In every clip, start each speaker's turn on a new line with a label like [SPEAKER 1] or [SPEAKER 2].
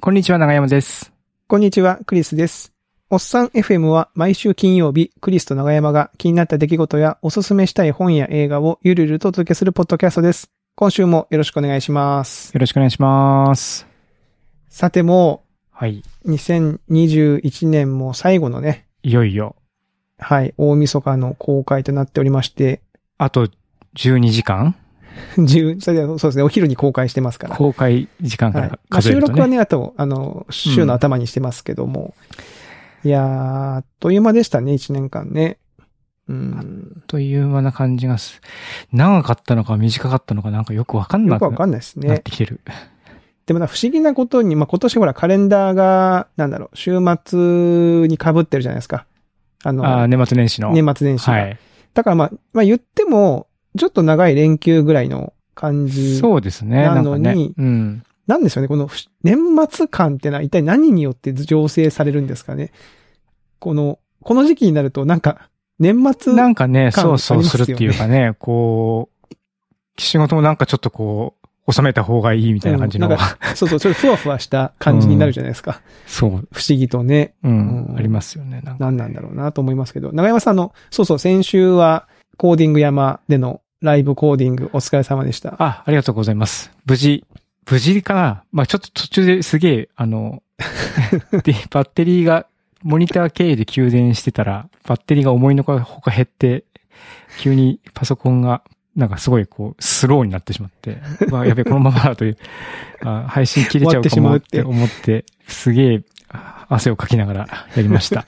[SPEAKER 1] こんにちは、長山です。
[SPEAKER 2] こんにちは、クリスです。おっさん FM は毎週金曜日、クリスと長山が気になった出来事やおすすめしたい本や映画をゆるゆるとお届けするポッドキャストです。今週もよろしくお願いします。
[SPEAKER 1] よろしくお願いします。
[SPEAKER 2] さても
[SPEAKER 1] はい。
[SPEAKER 2] う、2021年も最後のね、
[SPEAKER 1] いよいよ、
[SPEAKER 2] はい、大晦日の公開となっておりまして、
[SPEAKER 1] あと12時間
[SPEAKER 2] 10それではそうですね、お昼に公開してますから。
[SPEAKER 1] 公開時間か
[SPEAKER 2] はい
[SPEAKER 1] ら
[SPEAKER 2] まあ
[SPEAKER 1] 数え
[SPEAKER 2] 収
[SPEAKER 1] ると
[SPEAKER 2] 録
[SPEAKER 1] ね。
[SPEAKER 2] はね、あと、あの、週の頭にしてますけども。いやー、あっという間でしたね、1年間ね。うん。
[SPEAKER 1] という間な感じがす。長かったのか短かったのかなんかよくわかん
[SPEAKER 2] よ
[SPEAKER 1] な
[SPEAKER 2] く
[SPEAKER 1] く
[SPEAKER 2] わかんないです
[SPEAKER 1] なっ
[SPEAKER 2] ね。
[SPEAKER 1] てきてる。
[SPEAKER 2] でもな不思議なことに、まあ、今年ほらカレンダーが、なんだろう、週末に被ってるじゃないですか。あの、
[SPEAKER 1] あー年末年始の。
[SPEAKER 2] 年末年始が、
[SPEAKER 1] はい。
[SPEAKER 2] だからまあ、まあ言っても、ちょっと長い連休ぐらいの感じ。
[SPEAKER 1] そうですね。な
[SPEAKER 2] なん
[SPEAKER 1] か
[SPEAKER 2] のに
[SPEAKER 1] ね。うん。
[SPEAKER 2] なんですよね、この不思年末感ってのは一体何によって醸成されるんですかね。この、この時期になるとなんか、年末、
[SPEAKER 1] なんかね、
[SPEAKER 2] 感
[SPEAKER 1] そうそ
[SPEAKER 2] あ
[SPEAKER 1] う
[SPEAKER 2] りますすよ
[SPEAKER 1] る
[SPEAKER 2] ね
[SPEAKER 1] っていうかね、こう、仕事もなんかちょっとこう、収めた方がいいみたいな感じの。
[SPEAKER 2] うんなんそうそう、ちょっとふわふわした感じになるじゃないですか。
[SPEAKER 1] そう。
[SPEAKER 2] 不思議とね。
[SPEAKER 1] うん、
[SPEAKER 2] うん
[SPEAKER 1] ありますよね。なんか
[SPEAKER 2] 何なんだろうなと思いますけど、長山さんあの、そうそう、先週はコーディング山でのライブコーディングお疲れ様でした。
[SPEAKER 1] あ、ありがとうございます。無事、無事かなまあちょっと途中ですげえ、あの、 で、バッテリーが、モニター経由で給電してたら、バッテリーが思いのほか減って、急にパソコンが、なんかすごいこう、スローになってしまって、まあやべえ、このままだという、あ配信切れちゃうかもって思って、すげえ、汗をかきながらやりま した。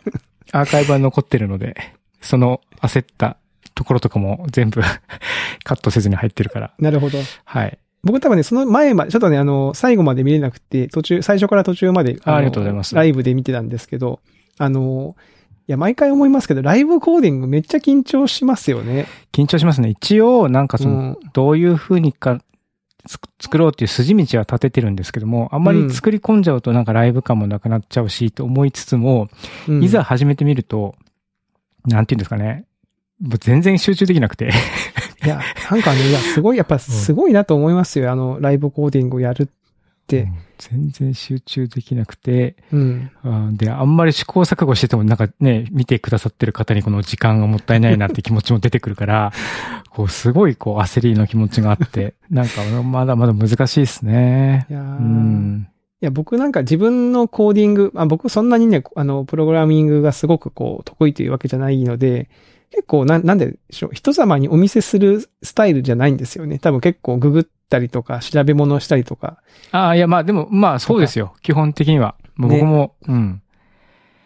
[SPEAKER 1] アーカイブは残ってるので、その焦ったところとかも全部 カットせずに入ってるから、
[SPEAKER 2] なるほど。
[SPEAKER 1] はい。
[SPEAKER 2] 僕多分ね、その前まで、ちょっとね、あの、最後まで見れなくて、途中、最初から途中まで、
[SPEAKER 1] あ
[SPEAKER 2] の
[SPEAKER 1] ありがとうございます
[SPEAKER 2] ライブで見てたんですけど、あの、いや、毎回思いますけど、ライブコーディングめっちゃ緊張しますよね。
[SPEAKER 1] 緊張しますね。一応、なんかそうの、
[SPEAKER 2] ん
[SPEAKER 1] どういう風にか、つ作ろうっていう筋道は立ててるんですけども、あんまり作り込んじゃうとなんかライブ感もなくなっちゃうし、と思いつつも、
[SPEAKER 2] うん
[SPEAKER 1] いざ始めてみると、なんていうんですかね。もう全然集中できなくて。
[SPEAKER 2] いや、なんかね、いや、すごい、やっぱすごいなと思いますよ。あの、ライブコーディングをやるって。
[SPEAKER 1] 全然集中できなくて、
[SPEAKER 2] うん。
[SPEAKER 1] あーで、あんまり試行錯誤してても、なんかね、見てくださってる方にこの時間がもったいないなって気持ちも出てくるから、こう、すごいこう、焦りの気持ちがあって、なんか、まだまだ難しいですね。
[SPEAKER 2] いやー
[SPEAKER 1] うん。
[SPEAKER 2] いや、僕なんか自分のコーディング、あ僕そんなにね、あの、プログラミングがすごくこう、得意というわけじゃないので、結構な、なんでしょう、人様にお見せするスタイルじゃないんですよね。多分結構ググったりとか、調べ物したりとか、
[SPEAKER 1] ああ、いや、まあでも、まあそうですよ。基本的には。もう
[SPEAKER 2] ね
[SPEAKER 1] 僕も、うん。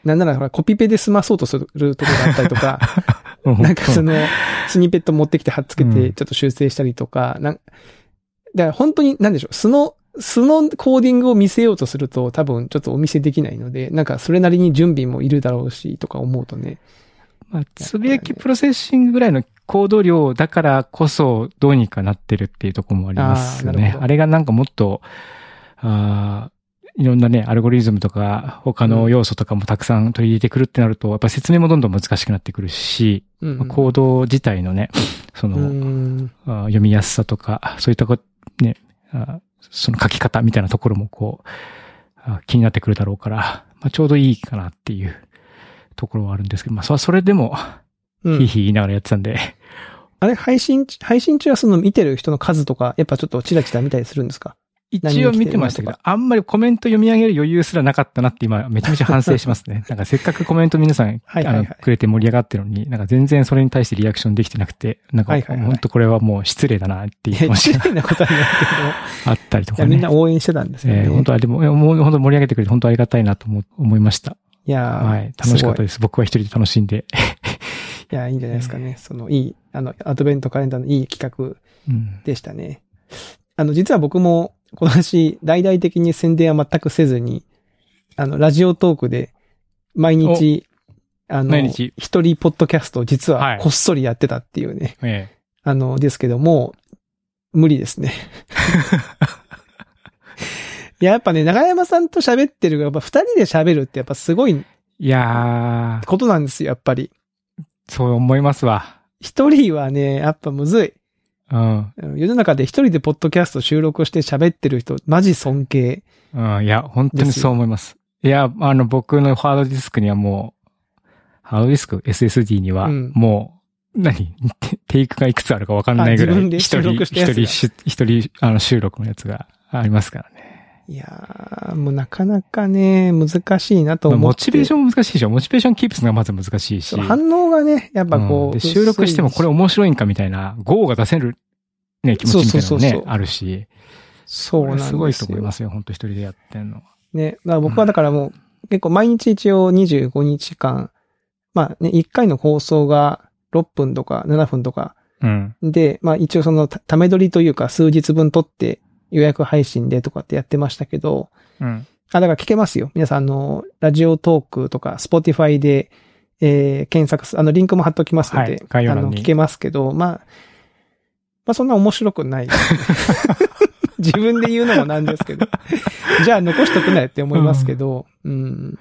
[SPEAKER 2] なんならほらコピペで済まそうとするところがあったりとか、
[SPEAKER 1] うん
[SPEAKER 2] なんかその、スニペット持ってきて貼っつけ
[SPEAKER 1] う
[SPEAKER 2] て、
[SPEAKER 1] ん
[SPEAKER 2] ちょっと修正したりとか、なん、だから本当に、なんでしょう、素の、素のコーディングを見せようとすると、多分ちょっとお見せできないので、なんかそれなりに準備もいるだろうし、とか思うとね。
[SPEAKER 1] まあ、つぶやきプロセッシングぐらいの行動量だからこそ、どうにかなってるっていうところもありますよ
[SPEAKER 2] あーなる
[SPEAKER 1] ね
[SPEAKER 2] ほ。
[SPEAKER 1] あ
[SPEAKER 2] ど
[SPEAKER 1] れがなんかもっと、あーいろんなね、アルゴリズムとか、他の要素とかもたくさん取り入れてくるってなると、やっぱ説明もどんどん難しくなってくるし、
[SPEAKER 2] うんうん、
[SPEAKER 1] まあ行動自体のね、その、
[SPEAKER 2] うん
[SPEAKER 1] あー読みやすさとか、そういったこね、あーその書き方みたいなところもこう、あー気になってくるだろうから、まあ、ちょうどいいかなっていうところはあるんですけど、まあ、それはそれでも、
[SPEAKER 2] う
[SPEAKER 1] ひい
[SPEAKER 2] ん、
[SPEAKER 1] ひい言いながらやってたんで、
[SPEAKER 2] あれ、配信、配信中はその見てる人の数とか、やっぱちょっとチラチラ見たりするんですか
[SPEAKER 1] 一応見てましたけど、あんまりコメント読み上げる余裕すらなかったなって今、めちゃめちゃ反省します ね。なんかせっかくコメント皆さん、
[SPEAKER 2] はいはいはい
[SPEAKER 1] あのくれて盛り上がってるのに、なんか全然それに対してリアクションできてなくて、なんか、
[SPEAKER 2] はいはいはい
[SPEAKER 1] 本当これはもう失礼だなっていう
[SPEAKER 2] い
[SPEAKER 1] 気
[SPEAKER 2] や、
[SPEAKER 1] 持ち
[SPEAKER 2] 失
[SPEAKER 1] が
[SPEAKER 2] 礼なことはない
[SPEAKER 1] あったりとか
[SPEAKER 2] けど、いや、
[SPEAKER 1] ね。
[SPEAKER 2] みんな応援してたんですよね。
[SPEAKER 1] えー、本当あでも、えもう本当盛り上げてくれて本当ありがたいなと思思いました。
[SPEAKER 2] いやー、
[SPEAKER 1] はい。楽しかった
[SPEAKER 2] い
[SPEAKER 1] です。僕は一人で楽しん で。
[SPEAKER 2] いや、いいんじゃないですかね。その、いい、あの、アドベントカレンダーのいい企画
[SPEAKER 1] うん。
[SPEAKER 2] でしたね。あの、実は僕も、この話、大々的に宣伝は全くせずに、あの、ラジオトークで、毎日、あの、
[SPEAKER 1] 毎日
[SPEAKER 2] 一人ポッドキャストを実
[SPEAKER 1] は
[SPEAKER 2] はいこっそりやってたっていうね。
[SPEAKER 1] え
[SPEAKER 2] あの、ですけども、無 理ですね。いや、やっぱね、長山さんと喋ってるが、やっぱ二人で喋るってやっぱすごい
[SPEAKER 1] えいやー、
[SPEAKER 2] ことなんですよ、やっぱり。
[SPEAKER 1] そう思いますわ。
[SPEAKER 2] 一人はね、やっぱむずい。
[SPEAKER 1] うん。
[SPEAKER 2] あの世の中で一人でポッドキャスト収録して喋ってる人、マジ尊敬。
[SPEAKER 1] うん。いや、本当にそう思います。いや、あの、僕のハードディスクにはもう、ハードディスク ?SSD には、
[SPEAKER 2] うん
[SPEAKER 1] もう、何 テテイクがいくつあるかわかんないぐら
[SPEAKER 2] あ自
[SPEAKER 1] い、
[SPEAKER 2] 分で
[SPEAKER 1] 一
[SPEAKER 2] 収
[SPEAKER 1] 人、
[SPEAKER 2] 録
[SPEAKER 1] 一
[SPEAKER 2] したやつが
[SPEAKER 1] 人し、一人、あの、収録のやつがありますからね。
[SPEAKER 2] いやー、もうなかなかね、難しいなと
[SPEAKER 1] ま
[SPEAKER 2] 思
[SPEAKER 1] あモ
[SPEAKER 2] って。
[SPEAKER 1] チベーションも難しいでしょ。モチベーションキープするのがまず難しいし。
[SPEAKER 2] 反応がね、やっぱこう。
[SPEAKER 1] うんで収録してもこれ
[SPEAKER 2] 薄い
[SPEAKER 1] 面白いんかみたいな、ゴーが出せる、ね、気持ちみたいなのも
[SPEAKER 2] そうそうそう
[SPEAKER 1] ね
[SPEAKER 2] そう、
[SPEAKER 1] あるし。
[SPEAKER 2] そうなんですよ。
[SPEAKER 1] ごいと思いますよ。本当一人でやってんのは。
[SPEAKER 2] ね。だから僕はだからもう、結構毎日一応25日間、まあね、1回の放送が6分とか7分とか
[SPEAKER 1] うん。
[SPEAKER 2] で、まあ一応そのたため撮りというか数日分撮って予約配信でとかってやってましたけど、
[SPEAKER 1] うん。
[SPEAKER 2] あ、だから聞けますよ。皆さん、あの、ラジオトークとか、スポティファイで、えー検索す、あの、リンクも貼っときますので、
[SPEAKER 1] はい概要
[SPEAKER 2] あ
[SPEAKER 1] 欄
[SPEAKER 2] の、
[SPEAKER 1] に
[SPEAKER 2] 聞けますけど、まあ、まあ、そんな面白 くない。自分で言うのもなんですけど。じゃあ、残しとくなよって思いますけど、うん、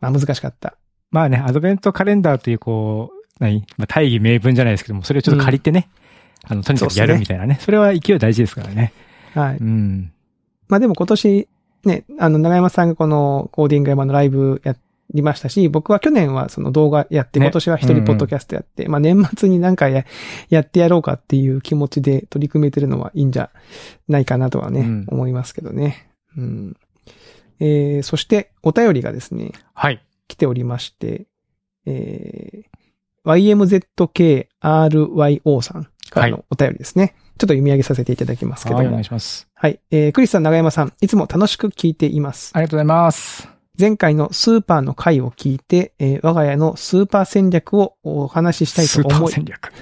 [SPEAKER 2] まあ、難しかった。
[SPEAKER 1] まあね、アドベントカレンダーという、こう、何まあ、大義名分じゃないですけども、それをちょっと借りてね、あの、とにかくやるみたいなね。それは勢い大事ですからね。
[SPEAKER 2] はい。
[SPEAKER 1] うん。
[SPEAKER 2] まあ、でも今年、ね、あの、長山さんがこの、コーディング山のライブやりましたし、僕は去年はその動画やって、
[SPEAKER 1] ね
[SPEAKER 2] 今年は一人ポッドキャストやって、まあ年末になんかややってやろうかっていう気持ちで取り組めてるのはいいんじゃないかなとはね、
[SPEAKER 1] うん
[SPEAKER 2] 思いますけどね。うん。えー、そしてお便りがですね、
[SPEAKER 1] はい。
[SPEAKER 2] 来ておりまして、えー、YMZKRYO さんからのお便りですね。ちょっと読み上げさせていただきますけど
[SPEAKER 1] はい、お
[SPEAKER 2] も
[SPEAKER 1] 願い。します。
[SPEAKER 2] はい。えー、クリスさん、長山さん、いつも楽しく聞いています。
[SPEAKER 1] ありがとうございます。
[SPEAKER 2] 前回のスーパーの回を聞いて、えー我が家のスーパー戦略をお話ししたい
[SPEAKER 1] スー
[SPEAKER 2] と
[SPEAKER 1] パ
[SPEAKER 2] 思
[SPEAKER 1] ー
[SPEAKER 2] い、
[SPEAKER 1] 戦略。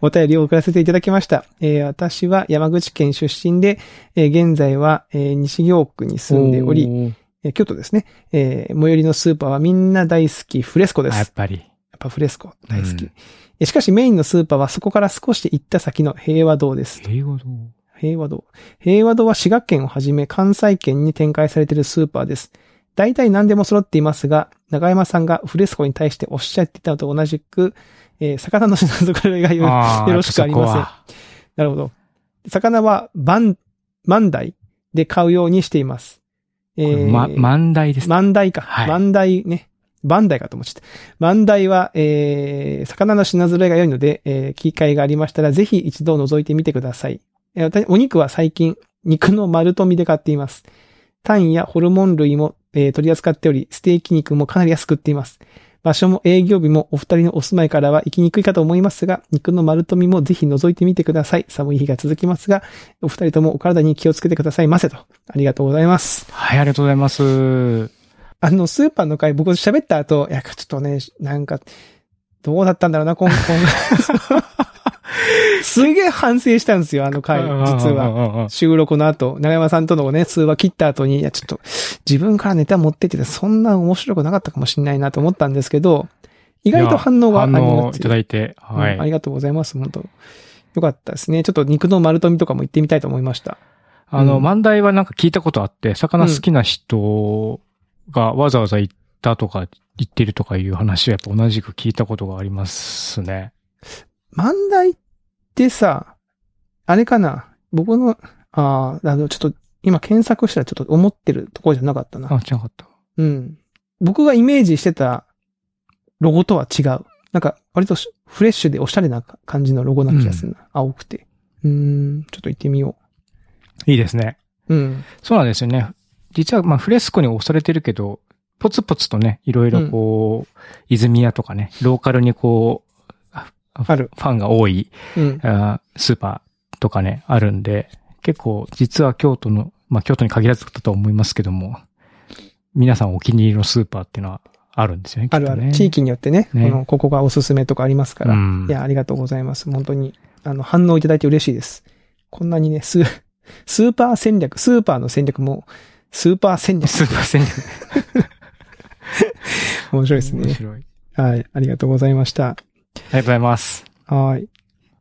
[SPEAKER 2] お便りを送らせていただきました。えー私は山口県出身で、えー現在は、えー西行区に住んでおり、
[SPEAKER 1] り。
[SPEAKER 2] えー京都ですね、えー最寄りのスーパーはみんな大好き、フレスコです。
[SPEAKER 1] あ
[SPEAKER 2] や
[SPEAKER 1] や
[SPEAKER 2] っ
[SPEAKER 1] っぱり。
[SPEAKER 2] ぱフレスコ大好き、
[SPEAKER 1] うん
[SPEAKER 2] えしかしメインのスーパーはそこから少し行った先の平和堂です。
[SPEAKER 1] 英語の
[SPEAKER 2] 平和堂。平和堂は滋賀県をはじめ関西圏に展開されているスーパーです。大体何でも揃っていますが、長山さんがフレスコに対しておっしゃっていたのと同じく、えー魚の品揃えがよい。
[SPEAKER 1] あー
[SPEAKER 2] よろしくありません
[SPEAKER 1] やっぱそこは
[SPEAKER 2] なるほど。魚はバン、万代で買うようにしています。え
[SPEAKER 1] これま、万代です。
[SPEAKER 2] 万代か。
[SPEAKER 1] はい
[SPEAKER 2] 万代ね。万代かと思っちゃった。万代は、えー、魚の品揃えが良いので、えー、機会がありましたら、ぜひ一度覗いてみてください。えー私お肉は最近、肉の丸富で買っています。タンやホルモン類も、えー取り扱っており、ステーキ肉もかなり安く売っています。場所も営業日もお二人のお住まいからは行きにくいかと思いますが、肉の丸富もぜひ覗いてみてください。寒い日が続きますが、お二人ともお体に気をつけてくださいませと。ありがとうございます。
[SPEAKER 1] はい、ありがとうございます。
[SPEAKER 2] あの、スーパーの会、僕喋った後、いや、ちょっとね、なんか、どうだったんだろうな、今後。 すげえ反省したんですよ、あの会、実は。
[SPEAKER 1] は。
[SPEAKER 2] 収録の後、長山さんとのね、通話切った後に、いや、ちょっと、自分からネタ持ってってて、そんな面白くなかったかもしれないなと思ったんですけど、意外と反応があり
[SPEAKER 1] 反
[SPEAKER 2] が
[SPEAKER 1] 応い
[SPEAKER 2] ち
[SPEAKER 1] ただいて、は
[SPEAKER 2] うんあり
[SPEAKER 1] い。
[SPEAKER 2] がとうございます、本当よかったですね。ちょっと肉の丸富とかも行ってみたいと思いました。
[SPEAKER 1] あの、
[SPEAKER 2] うん
[SPEAKER 1] 万代はなんか聞いたことあって、魚好きな人がわざわざ行ったとか、行ってるとかいう話はやっぱ同じく聞いたことがありますね。
[SPEAKER 2] 漫才ってさ、あれかな僕の、ああ、あの、ちょっと、今検索したらちょっと思ってるところじゃなかった
[SPEAKER 1] あ、
[SPEAKER 2] な。
[SPEAKER 1] 違かった。
[SPEAKER 2] うん。僕がイメージしてたロゴとは違う。なんか、割としフレッシュでおしゃれな感じのロゴな気がするな。青くて。うーん、ちょっと行ってみよ
[SPEAKER 1] いいですね。
[SPEAKER 2] う。うん。
[SPEAKER 1] そうなんですよね。実は、まあ、フレスコに押されてるけど、ポツポツとね、いろいろこう、泉屋とかね、ローカルにこう、あ
[SPEAKER 2] ある。
[SPEAKER 1] ファンが多い
[SPEAKER 2] うん。
[SPEAKER 1] あースーパーとかね、あるんで、結構実は京都の、まあ京都に限らずだと思いますけども、皆さんお気に入りのスーパーっていうのはあるんですよね。
[SPEAKER 2] あるあ
[SPEAKER 1] きっと
[SPEAKER 2] る。
[SPEAKER 1] ね、
[SPEAKER 2] 地域によってね、
[SPEAKER 1] ね
[SPEAKER 2] この、ここがおすすめとかありますから。
[SPEAKER 1] うん
[SPEAKER 2] いや、ありがとうございます。本当に、あの、反応いただいて嬉しいです。こんなにね、ス、 スーパー戦略、スーパーの戦略も、スーパー戦 略、
[SPEAKER 1] スーパー戦略
[SPEAKER 2] 面白いです
[SPEAKER 1] 面
[SPEAKER 2] ね。
[SPEAKER 1] 白い。あり
[SPEAKER 2] はい、ありがとうございました。
[SPEAKER 1] がとうございます。
[SPEAKER 2] はい。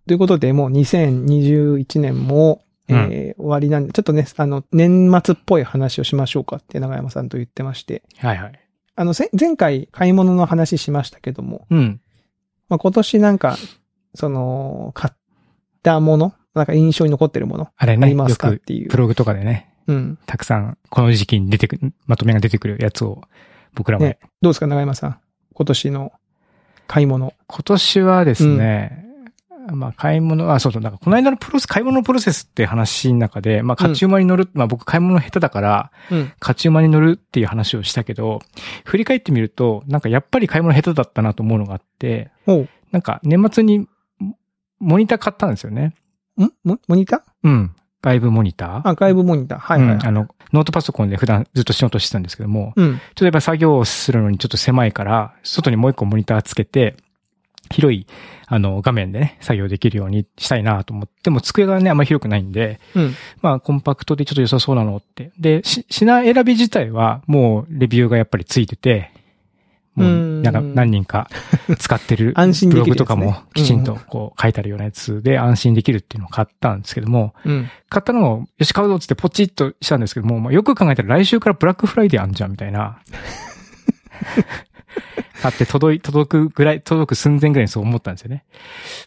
[SPEAKER 2] ということで、もう2021年も、えー終わりなんで、ちょっとね、あの、年末っぽい話をしましょうかって長山さんと言ってまして、
[SPEAKER 1] はいはい。
[SPEAKER 2] あの、せ前回買い物の話しましたけども、
[SPEAKER 1] うん。
[SPEAKER 2] まあ、今年なんか、その、買ったもの、なんか印象に残ってるもの、
[SPEAKER 1] あれ
[SPEAKER 2] あ
[SPEAKER 1] ね、
[SPEAKER 2] り
[SPEAKER 1] よ
[SPEAKER 2] ますかっ
[SPEAKER 1] く
[SPEAKER 2] ていう
[SPEAKER 1] ブ。ログとかでね、
[SPEAKER 2] うん。
[SPEAKER 1] たくさんこの時期に出てくる、まとめが出てくるやつを僕らも、
[SPEAKER 2] ねどうですか、長山さん。今年の買い物。
[SPEAKER 1] 今年はですね、まあ買い物、あ、そうそう、なんかこの間のプロセス、買い物のプロセスって話の中で、まあ勝ち馬に乗る、まあ僕買い物下手だから、
[SPEAKER 2] うん。
[SPEAKER 1] 勝ち馬に乗るっていう話をしたけど、振り返ってみると、なんかやっぱり買い物下手だったなと思うのがあって、
[SPEAKER 2] おう
[SPEAKER 1] なんか年末にモモニター買ったんですよね。
[SPEAKER 2] んモモニター
[SPEAKER 1] うん。外部モニター。
[SPEAKER 2] アーカイブモニター。はいはい
[SPEAKER 1] うん。あの、ノートパソコンで普段ずっと仕事してたんですけども、
[SPEAKER 2] うん。
[SPEAKER 1] ちょっとやっぱ作業をするのにちょっと狭いから、外にもう一個モニターつけて、広い、あの、画面でね、作業できるようにしたいなと思って、でも机がね、あんまり広くないんで、
[SPEAKER 2] うん。
[SPEAKER 1] まあ、コンパクトでちょっと良さそうなのって。で、し品選び自体は、もう、レビューがやっぱりついてて、も
[SPEAKER 2] うん
[SPEAKER 1] う、なんか、何人か使ってる、
[SPEAKER 2] 安心で
[SPEAKER 1] ブ
[SPEAKER 2] き
[SPEAKER 1] ロ
[SPEAKER 2] るやつね
[SPEAKER 1] グとかも、きちんと、こう、書いてあるようなやつで、安心できるっていうのを買ったんですけども、
[SPEAKER 2] うん。
[SPEAKER 1] 買ったのも、よし、買うぞっつってポチッとしたんですけども、まあ、よく考えたら来週からブラックフライデーあんじゃん、みたいな。 買って届い、届くぐらい、届く寸前ぐらいにそう思ったんですよね。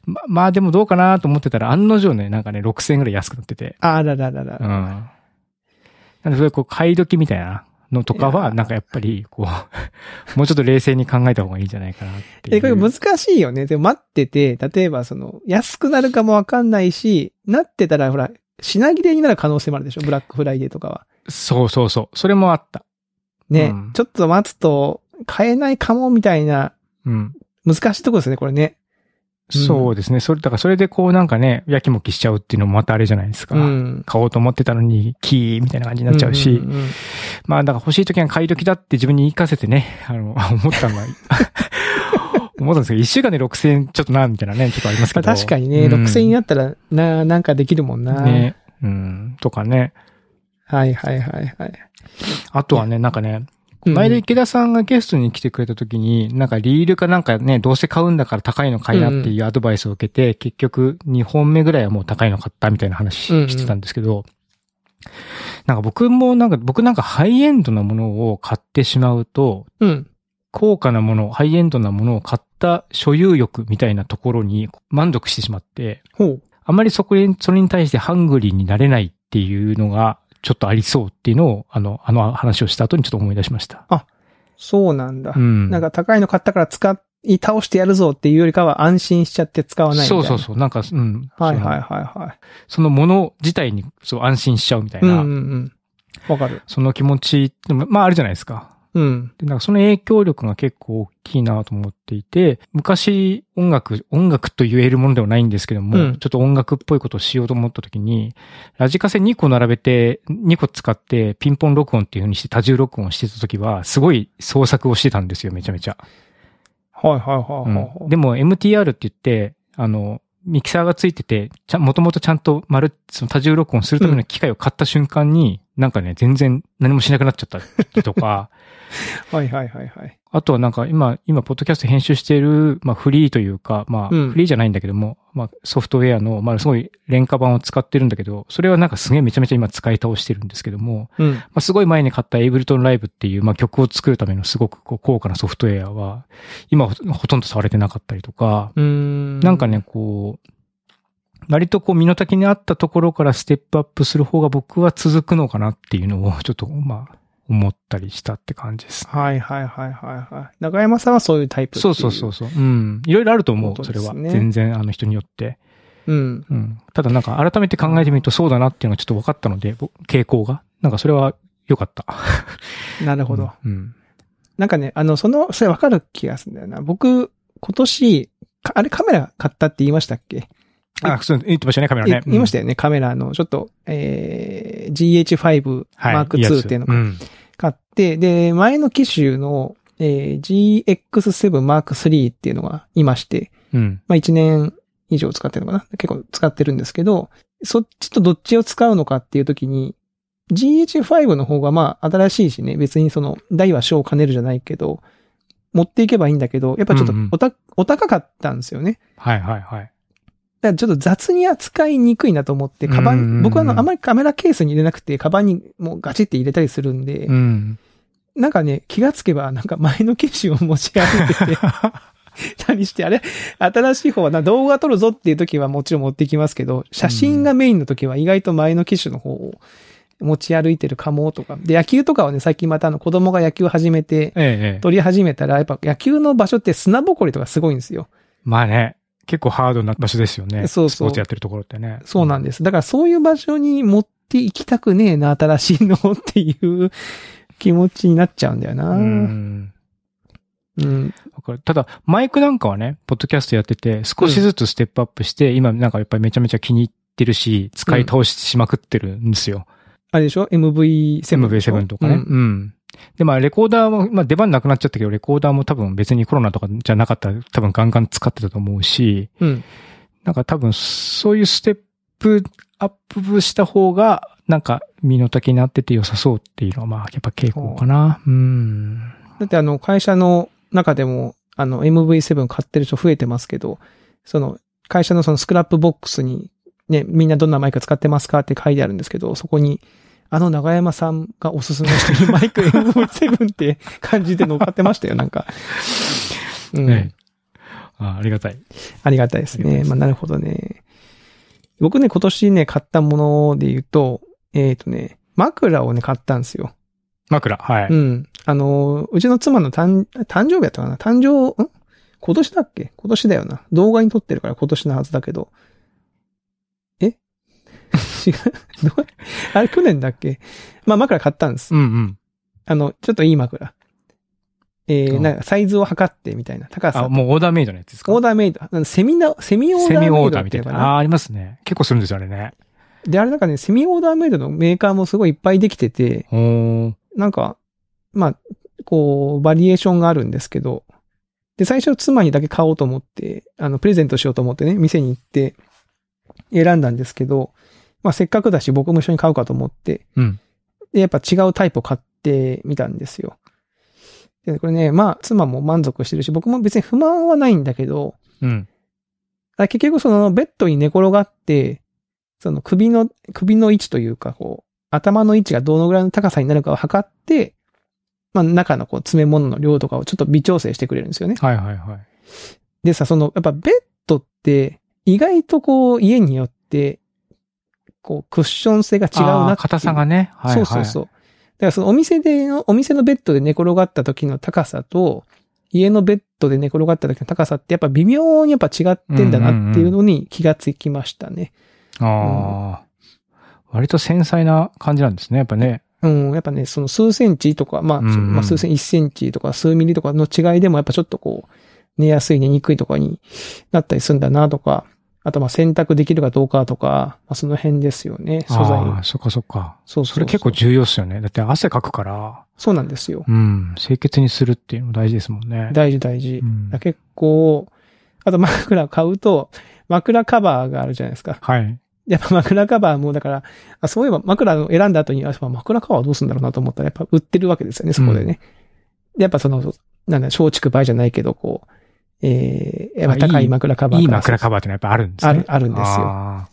[SPEAKER 1] ま、まあでもどうかなと思ってたら、案の定ね、なんかね、6000円ぐらい安くなってて。
[SPEAKER 2] あらららら
[SPEAKER 1] うん。
[SPEAKER 2] ら。
[SPEAKER 1] なんで、それこう、買い時みたいなのとか
[SPEAKER 2] いや
[SPEAKER 1] は、
[SPEAKER 2] ー
[SPEAKER 1] なんかやっぱり、こう、もうちょっと冷静に考えた方がいいんじゃないかなっていう。
[SPEAKER 2] え、これ難しいよね。でも待ってて、例えばその、安くなるかもわかんないし、なってたらほら、品切れになる可能性もあるでしょブラックフライデーとかは。
[SPEAKER 1] そうそうそう。それもあった。
[SPEAKER 2] ね、
[SPEAKER 1] うん
[SPEAKER 2] ちょっと待つと、買えないかもみたいな、
[SPEAKER 1] うん。
[SPEAKER 2] 難しいとこですね、これね。うん
[SPEAKER 1] そうですね。それ、だからそれでこうなんかね、やきもきしちゃうっていうのもまたあれじゃないですか。
[SPEAKER 2] うん。
[SPEAKER 1] 買おうと思ってたのに、キーみたいな感じになっちゃうし。
[SPEAKER 2] んんん
[SPEAKER 1] まあ、だから欲しい時は買い時だって自分に言い聞かせてね、 あの、思ったのは、 思ったんですけど、一週間で6000円ちょっとな、みたいなね、ちょっとあります
[SPEAKER 2] ま
[SPEAKER 1] け
[SPEAKER 2] あ
[SPEAKER 1] ど。
[SPEAKER 2] 確かにね、
[SPEAKER 1] うん
[SPEAKER 2] 6000円あったら、な、なんかできるもんな。
[SPEAKER 1] ね。うん。とかね。
[SPEAKER 2] はいはいはいはい。
[SPEAKER 1] あとはね、なんかね、前で池田さんがゲストに来てくれた時に、なんかリールかなんかね、どうせ買うんだから高いの買いなっていうアドバイスを受けて、結局2本目ぐらいはもう高いの買ったみたいな話し
[SPEAKER 2] うんうん
[SPEAKER 1] してたんですけど、なんか僕もなんか、僕なんかハイエンドなものを買ってしまうと、
[SPEAKER 2] うん。うん。
[SPEAKER 1] 高価なもの、ハイエンドなものを買った所有欲みたいなところに満足してしまって、
[SPEAKER 2] ほう。
[SPEAKER 1] あまりそこに、それに対してハングリーになれないっていうのが、ちょっとありそうっていうのを、あの、あの話をした後にちょっと思い出しました。
[SPEAKER 2] そうなんだ。
[SPEAKER 1] うん。
[SPEAKER 2] なんか高いの買ったから使い倒してやるぞっていうよりかは安心しちゃって使わないみたい
[SPEAKER 1] そ
[SPEAKER 2] な。
[SPEAKER 1] うそうそう。なんか、うん。
[SPEAKER 2] はいはい
[SPEAKER 1] その
[SPEAKER 2] はいはい。
[SPEAKER 1] そのもの自体にそう安心しちゃうみたい
[SPEAKER 2] うん
[SPEAKER 1] な、
[SPEAKER 2] うんうん。わかる。
[SPEAKER 1] その気持ち、でもまああるじゃないですか。
[SPEAKER 2] うん。
[SPEAKER 1] でなんかその影響力が結構大きいなと思っていて、昔音楽、音楽と言えるものではないんですけども、
[SPEAKER 2] うん
[SPEAKER 1] ちょっと音楽っぽいことをしようと思った時に、ラジカセ2個並べて、2個使ってピンポン録音っていう風にして多重録音をしてた時は、すごい創作をしてたんですよ、めちゃめちゃ。
[SPEAKER 2] はいはいはいは
[SPEAKER 1] う
[SPEAKER 2] い
[SPEAKER 1] ん
[SPEAKER 2] はい。
[SPEAKER 1] でも MTR って言って、あの、ミキサーがついてて、ちゃん、もともとちゃんと丸、その多重録音するための機械を買った瞬間に、なんかね、全然何もしなくなっちゃったりとか、
[SPEAKER 2] はいはいはいはい。
[SPEAKER 1] あとはなんか今、今、ポッドキャスト編集している、まあフリーというか、まあ
[SPEAKER 2] うん
[SPEAKER 1] フリーじゃないんだけども、まあソフトウェアの、まあすごい廉価版を使ってるんだけど、それはなんかすげえめちゃめちゃ今使い倒してるんですけども、
[SPEAKER 2] うん。
[SPEAKER 1] まあ、すごい前に買ったエイブルトンライブっていう、まあ、曲を作るためのすごくこう高価なソフトウェアは、今ほほとんど触れてなかったりとか、
[SPEAKER 2] うーん。
[SPEAKER 1] なんかね、こう、割とこう身の丈に合ったところからステップアップする方が僕は続くのかなっていうのを、ちょっとまあ、思ったりしたって感じです。
[SPEAKER 2] はいはいはいはいはい。中山さんはそういうタイプってい
[SPEAKER 1] そうそうそうそう。うん。いろいろあると思
[SPEAKER 2] こ
[SPEAKER 1] う、
[SPEAKER 2] と
[SPEAKER 1] そ
[SPEAKER 2] で
[SPEAKER 1] れ
[SPEAKER 2] す
[SPEAKER 1] は。
[SPEAKER 2] ね
[SPEAKER 1] 全然、あの人によって。
[SPEAKER 2] う。うん。
[SPEAKER 1] うん。ただなんか改めて考えてみるとそうだなっていうのがちょっと分かったので、僕傾向が。なんかそれは良かった。な
[SPEAKER 2] なるほど。。
[SPEAKER 1] うん。
[SPEAKER 2] なんかね、あの、その、それわかる気がするんだよな。僕、今年、かあれカメラ買ったって言いましたっけ
[SPEAKER 1] あ、そう、言ってましたね、カメラ
[SPEAKER 2] い
[SPEAKER 1] ね。
[SPEAKER 2] 言いました
[SPEAKER 1] よ。
[SPEAKER 2] よね、カメラの、ちょっと、えー、GH5
[SPEAKER 1] はい。
[SPEAKER 2] Mark II っていうの
[SPEAKER 1] う
[SPEAKER 2] が
[SPEAKER 1] ん。
[SPEAKER 2] 買って、で、前の機種の、えー、GX7 Mark III っていうのがいまして、
[SPEAKER 1] うん。
[SPEAKER 2] まあ1年以上使ってるのかな結構使ってるんですけど、そっちとどっちを使うのかっていう時に、GH5 の方がまあ新しいしね、別にその台は小を兼ねるじゃないけど、持っていけばいいんだけど、やっぱちょっと
[SPEAKER 1] うんうん
[SPEAKER 2] おた、お高かったんですよね。
[SPEAKER 1] はいはいはい。
[SPEAKER 2] だからちょっと雑に扱いにくいなと思って、カバ
[SPEAKER 1] うんうんう
[SPEAKER 2] ン、
[SPEAKER 1] ん
[SPEAKER 2] 僕はあの、あまりカメラケースに入れなくて、カバンにもうガチって入れたりするんで
[SPEAKER 1] う、ん。
[SPEAKER 2] なんかね、気がつけば、なんか前の機種を持ち歩いてて、何して、あれ新しい方はな、動画撮るぞっていう時はもちろん持ってきますけど、写真がメインの時は意外と前の機種の方を持ち歩いてるかもとか。で、野球とかはね、最近またあの子供が野球始めて、
[SPEAKER 1] ええええ。
[SPEAKER 2] 撮り始めたら、やっぱ野球の場所って砂ぼこりとかすごいんですよ。
[SPEAKER 1] まあね、結構ハードな場所ですよね。
[SPEAKER 2] そうそ
[SPEAKER 1] スポー
[SPEAKER 2] う
[SPEAKER 1] ツやってるところってね。
[SPEAKER 2] そうなんです。だからそういう場所に持って行きたくねえな、新しいのっていう気持ちになっちゃうんだよな。
[SPEAKER 1] う
[SPEAKER 2] うん。
[SPEAKER 1] ん。わかるただ、マイクなんかはね、ポッドキャストやってて、少しずつステップアップして、今なんかやっぱりめちゃめちゃ気に入ってるし、使い倒しまくってるんですよ。
[SPEAKER 2] あれでしょ ?MV7。
[SPEAKER 1] MV7 とかね。
[SPEAKER 2] う
[SPEAKER 1] うんん。で、まあ、レコーダーも、まあ、出番なくなっちゃったけど、レコーダーも多分別にコロナとかじゃなかったら、多分ガンガン使ってたと思うし、
[SPEAKER 2] うん。
[SPEAKER 1] なんか多分、そういうステップアップした方が、なんか、身の丈になってて良さそうっていうのは、まあ、やっぱ傾向かな。うん。
[SPEAKER 2] だってあの、会社の中でも、あの、MV7 買ってる人増えてますけど、その、会社のそのスクラップボックスに、ね、みんなどんなマイク使ってますかって書いてあるんですけど、そこに、あの長山さんがおすすめしてるマイク MV7 って感じで乗っかってましたよ、なんか。うん。
[SPEAKER 1] ねあありがたい。
[SPEAKER 2] ありがたいです
[SPEAKER 1] あり
[SPEAKER 2] ね。
[SPEAKER 1] がたいです
[SPEAKER 2] まあ、なるほどね。僕ね、今年ね、買ったもので言うと、えっ、とね、枕をね、買ったんですよ。
[SPEAKER 1] 枕、はい。
[SPEAKER 2] うん。あのー、うちの妻の誕、誕生日だったかな誕生、ん今年だっけ今年だよな。動画に撮ってるから今年のはずだけど。え違う。 どうあれ、去年だっけまあ、枕買ったんです。
[SPEAKER 1] うんうん。
[SPEAKER 2] あの、ちょっといい枕。えー、
[SPEAKER 1] うん
[SPEAKER 2] なんかサイズを測ってみたいな。高
[SPEAKER 1] あ、
[SPEAKER 2] さ。
[SPEAKER 1] もうオーダーメイドのやつですか
[SPEAKER 2] オーダーメイド。あのセミナ、セミオー
[SPEAKER 1] セ
[SPEAKER 2] ダーメイ
[SPEAKER 1] ミ
[SPEAKER 2] ド
[SPEAKER 1] オー
[SPEAKER 2] って
[SPEAKER 1] ダ
[SPEAKER 2] い
[SPEAKER 1] ー
[SPEAKER 2] う
[SPEAKER 1] みたい
[SPEAKER 2] のか
[SPEAKER 1] な。
[SPEAKER 2] な
[SPEAKER 1] ああー、ありますね。結構するんですよ、あれね。
[SPEAKER 2] で、あれなんかね、セミオーダーメイドのメーカーもすごいいっぱいできてて、
[SPEAKER 1] おー。
[SPEAKER 2] なんか、まあ、こう、バリエーションがあるんですけど、で、最初妻にだけ買おうと思って、あの、プレゼントしようと思ってね、店に行って、選んだんですけど、まあ、せっかくだし僕も一緒に買うかと思って、
[SPEAKER 1] うん。
[SPEAKER 2] で、やっぱ違うタイプを買ってみたんですよ。で、これね、まあ、妻も満足してるし、僕も別に不満はないんだけど、
[SPEAKER 1] うん。
[SPEAKER 2] だから結局そのベッドに寝転がって、その首の、首の位置というか、こう、頭の位置がどのぐらいの高さになるかを測って、まあ中のこう詰め物の量とかをちょっと微調整してくれるんですよね。
[SPEAKER 1] はいはいはい。
[SPEAKER 2] でさ、その、やっぱベッドって意外とこう家によって、こうクッション性が違うなってい
[SPEAKER 1] あ
[SPEAKER 2] う
[SPEAKER 1] ー硬さがね。はいはい。
[SPEAKER 2] そうそうそう。だからそのお店での、お店のベッドで寝転がった時の高さと、家のベッドで寝転がった時の高さってやっぱ微妙にやっぱ違ってんだなっていうのに気がつきましたね。
[SPEAKER 1] ああ、割と繊細な感じなんですね、やっぱね。
[SPEAKER 2] うん、やっぱね、その数センチとか、まあ、
[SPEAKER 1] うんうん
[SPEAKER 2] まあ数センチ、1センチとか数ミリとかの違いでもやっぱちょっとこう、寝やすい、寝にくいとかになったりするんだなとか、あとまあ選択できるかどうかとか、まあその辺ですよね、素材。
[SPEAKER 1] ああ、そっかそっか。
[SPEAKER 2] そうそう
[SPEAKER 1] それ結構重要っすよね。だって汗かくから、
[SPEAKER 2] そうなんですよ。
[SPEAKER 1] うん、清潔にするっていうの大事ですもんね。
[SPEAKER 2] 大事大事。
[SPEAKER 1] うん
[SPEAKER 2] だ結構、あと枕買うと、枕カバーがあるじゃないですか。
[SPEAKER 1] はい。
[SPEAKER 2] やっぱ枕カバーも、だから、あそういえば枕を選んだ後に、あそう枕カバーはどうするんだろうなと思ったら、やっぱ売ってるわけですよね、そこでね。でやっぱその、なんだ、松竹梅じゃないけど、こう、えー、やっぱ高
[SPEAKER 1] あい
[SPEAKER 2] い
[SPEAKER 1] い
[SPEAKER 2] 枕カバー
[SPEAKER 1] いい
[SPEAKER 2] から
[SPEAKER 1] 枕カバーってのはやっぱあるんですね。
[SPEAKER 2] あるあるんですよ
[SPEAKER 1] あ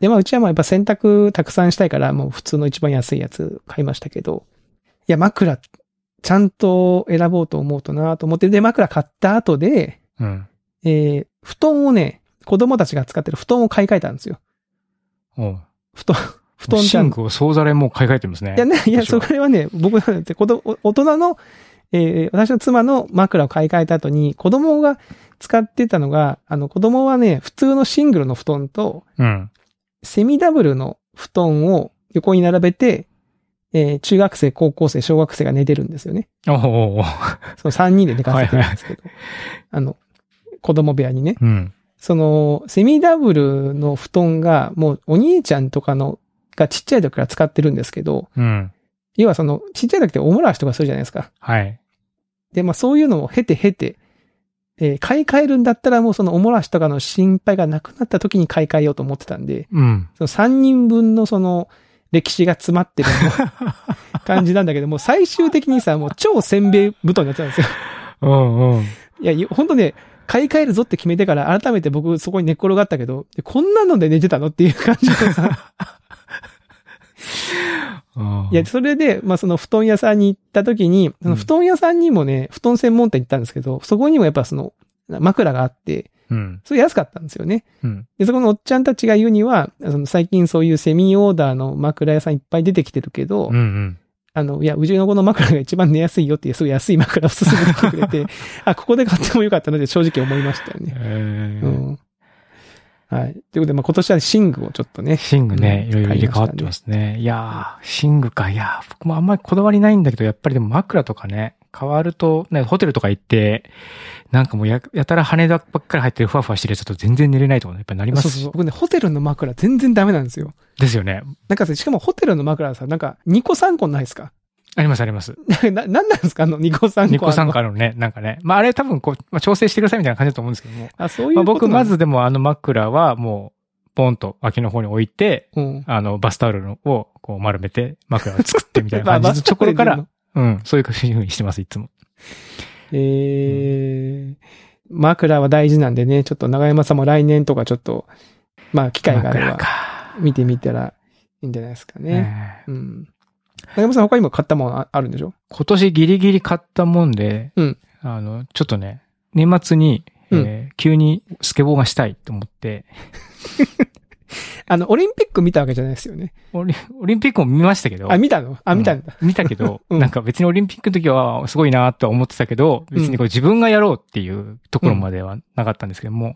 [SPEAKER 2] で、まあ、うちはもうやっぱ洗濯たくさんしたいから、もう普通の一番安いやつ買いましたけど、いや、枕、ちゃんと選ぼうと思うとなと思って、で、枕買った後で、
[SPEAKER 1] ーうん。
[SPEAKER 2] えー、布団をね、子供たちが使ってる布団を買い替えたんですよ。
[SPEAKER 1] おう
[SPEAKER 2] 布団、布団ちゃ
[SPEAKER 1] シ
[SPEAKER 2] ん
[SPEAKER 1] ン。クを総ざれもう買い替えてますね。
[SPEAKER 2] いや、ね、いや、
[SPEAKER 1] 私
[SPEAKER 2] そ
[SPEAKER 1] は
[SPEAKER 2] れはね、僕なんて、子供、お大人の、えー私の妻の枕を買い替えた後に、子供が使ってたのが、あの、子供はね、普通のシングルの布団と、
[SPEAKER 1] うん。
[SPEAKER 2] セミダブルの布団を横に並べて、えー中学生、高校生、小学生が寝てるんですよね。
[SPEAKER 1] おうおうおう
[SPEAKER 2] その3人で寝かせてるんですけど。あの、子供部屋にね。
[SPEAKER 1] うん。
[SPEAKER 2] その、セミダブルの布団が、もうお兄ちゃんとかの、がちっちゃい時から使ってるんですけど、
[SPEAKER 1] うん。
[SPEAKER 2] 要はその、ちっちゃい時っておもらしとかするじゃないですか。
[SPEAKER 1] はい。
[SPEAKER 2] で、まあそういうのを経て経て、えー買い替えるんだったらもうそのおもらしとかの心配がなくなった時に買い替えようと思ってたんで、
[SPEAKER 1] うん。
[SPEAKER 2] その3人分のその、歴史が詰まってるもう感じなんだけど、もう最終的にさ、もう超せんべい布団になっちゃうんですよ。
[SPEAKER 1] うんうん。
[SPEAKER 2] いやいや、ほんとね、買い替えるぞって決めてから改めて僕そこに寝っ転がったけど、こんなので寝てたのっていう感じでさ、
[SPEAKER 1] あー
[SPEAKER 2] いや、それで、まあその布団屋さんに行った時に、その布団屋さんにもね、布団専門店行ったんですけど、そこにもやっぱその、枕があって、
[SPEAKER 1] うん。
[SPEAKER 2] それ安かったんですよね。
[SPEAKER 1] うん。
[SPEAKER 2] で、そこのおっちゃんたちが言うには、その最近そういうセミオーダーの枕屋さんいっぱい出てきてるけど、
[SPEAKER 1] うんうん。
[SPEAKER 2] あの、いや、うちの子の枕が一番寝やすいよっていう、すごい安い枕を勧めてきてく れて、あ、ここで買ってもよかったなって正直思いましたよね。
[SPEAKER 1] え
[SPEAKER 2] う
[SPEAKER 1] ー
[SPEAKER 2] ん。はい。ということで、まあ今年は寝具をちょっとね、
[SPEAKER 1] シングね、
[SPEAKER 2] うん
[SPEAKER 1] いろいろ入れ替わってますね。いやー、寝具か。いやー、僕もあんまりこだわりないんだけど、やっぱりでも枕とかね、変わると、ね、ホテルとか行って、なんかもうや、やたら羽田ばっかり入ってふわふわしてるやつだと全然寝れないとかね、やっぱりなりま
[SPEAKER 2] そ
[SPEAKER 1] すし
[SPEAKER 2] うそうそう。僕ね、ホテルの枕全然ダメなんですよ。
[SPEAKER 1] ですよね。
[SPEAKER 2] なんかさしかもホテルの枕はさ、なんか2個3個ないですか
[SPEAKER 1] ありますあります。
[SPEAKER 2] な、ななんなんですかあの2個3個あるの。
[SPEAKER 1] ニコさんからのね、なんかね。まああれ多分こう、まあ、調整してくださいみたいな感じだと思うんですけども。
[SPEAKER 2] あ、そういう
[SPEAKER 1] まあ、
[SPEAKER 2] こと
[SPEAKER 1] 僕、
[SPEAKER 2] な
[SPEAKER 1] ま
[SPEAKER 2] んだ、
[SPEAKER 1] ずでもあの枕はもう、ポンと脇の方に置いて、
[SPEAKER 2] うん。
[SPEAKER 1] あの、バスタオルのをこう丸めて、枕を作ってみたいな
[SPEAKER 2] まあ
[SPEAKER 1] 感じのところか。ら
[SPEAKER 2] バス、
[SPEAKER 1] うん、そういうふうにしてます、いつも。
[SPEAKER 2] タオルでいいのえー、枕は大事なんでね、ちょっと長山さんも来年とかちょっと、まあ、機会があれ
[SPEAKER 1] 枕
[SPEAKER 2] ば
[SPEAKER 1] か。
[SPEAKER 2] 見てみたらいいんじゃないですかね。
[SPEAKER 1] ね
[SPEAKER 2] うん。長山さん他にも買ったものああるんでしょ
[SPEAKER 1] 今年ギリギリ買ったもんで、
[SPEAKER 2] うん
[SPEAKER 1] あの、ちょっとね、年末に、えー急にスケボーがしたいと思って、
[SPEAKER 2] あの、オリンピック見たわけじゃないですよね。
[SPEAKER 1] オリオリンピックも見ましたけど、
[SPEAKER 2] あ、見たのあ、見たんだ。
[SPEAKER 1] 見たけど、
[SPEAKER 2] うん
[SPEAKER 1] なんか別にオリンピックの時はすごいなとは思ってたけど、別にこう自分がやろうっていうところまではなかったんですけども、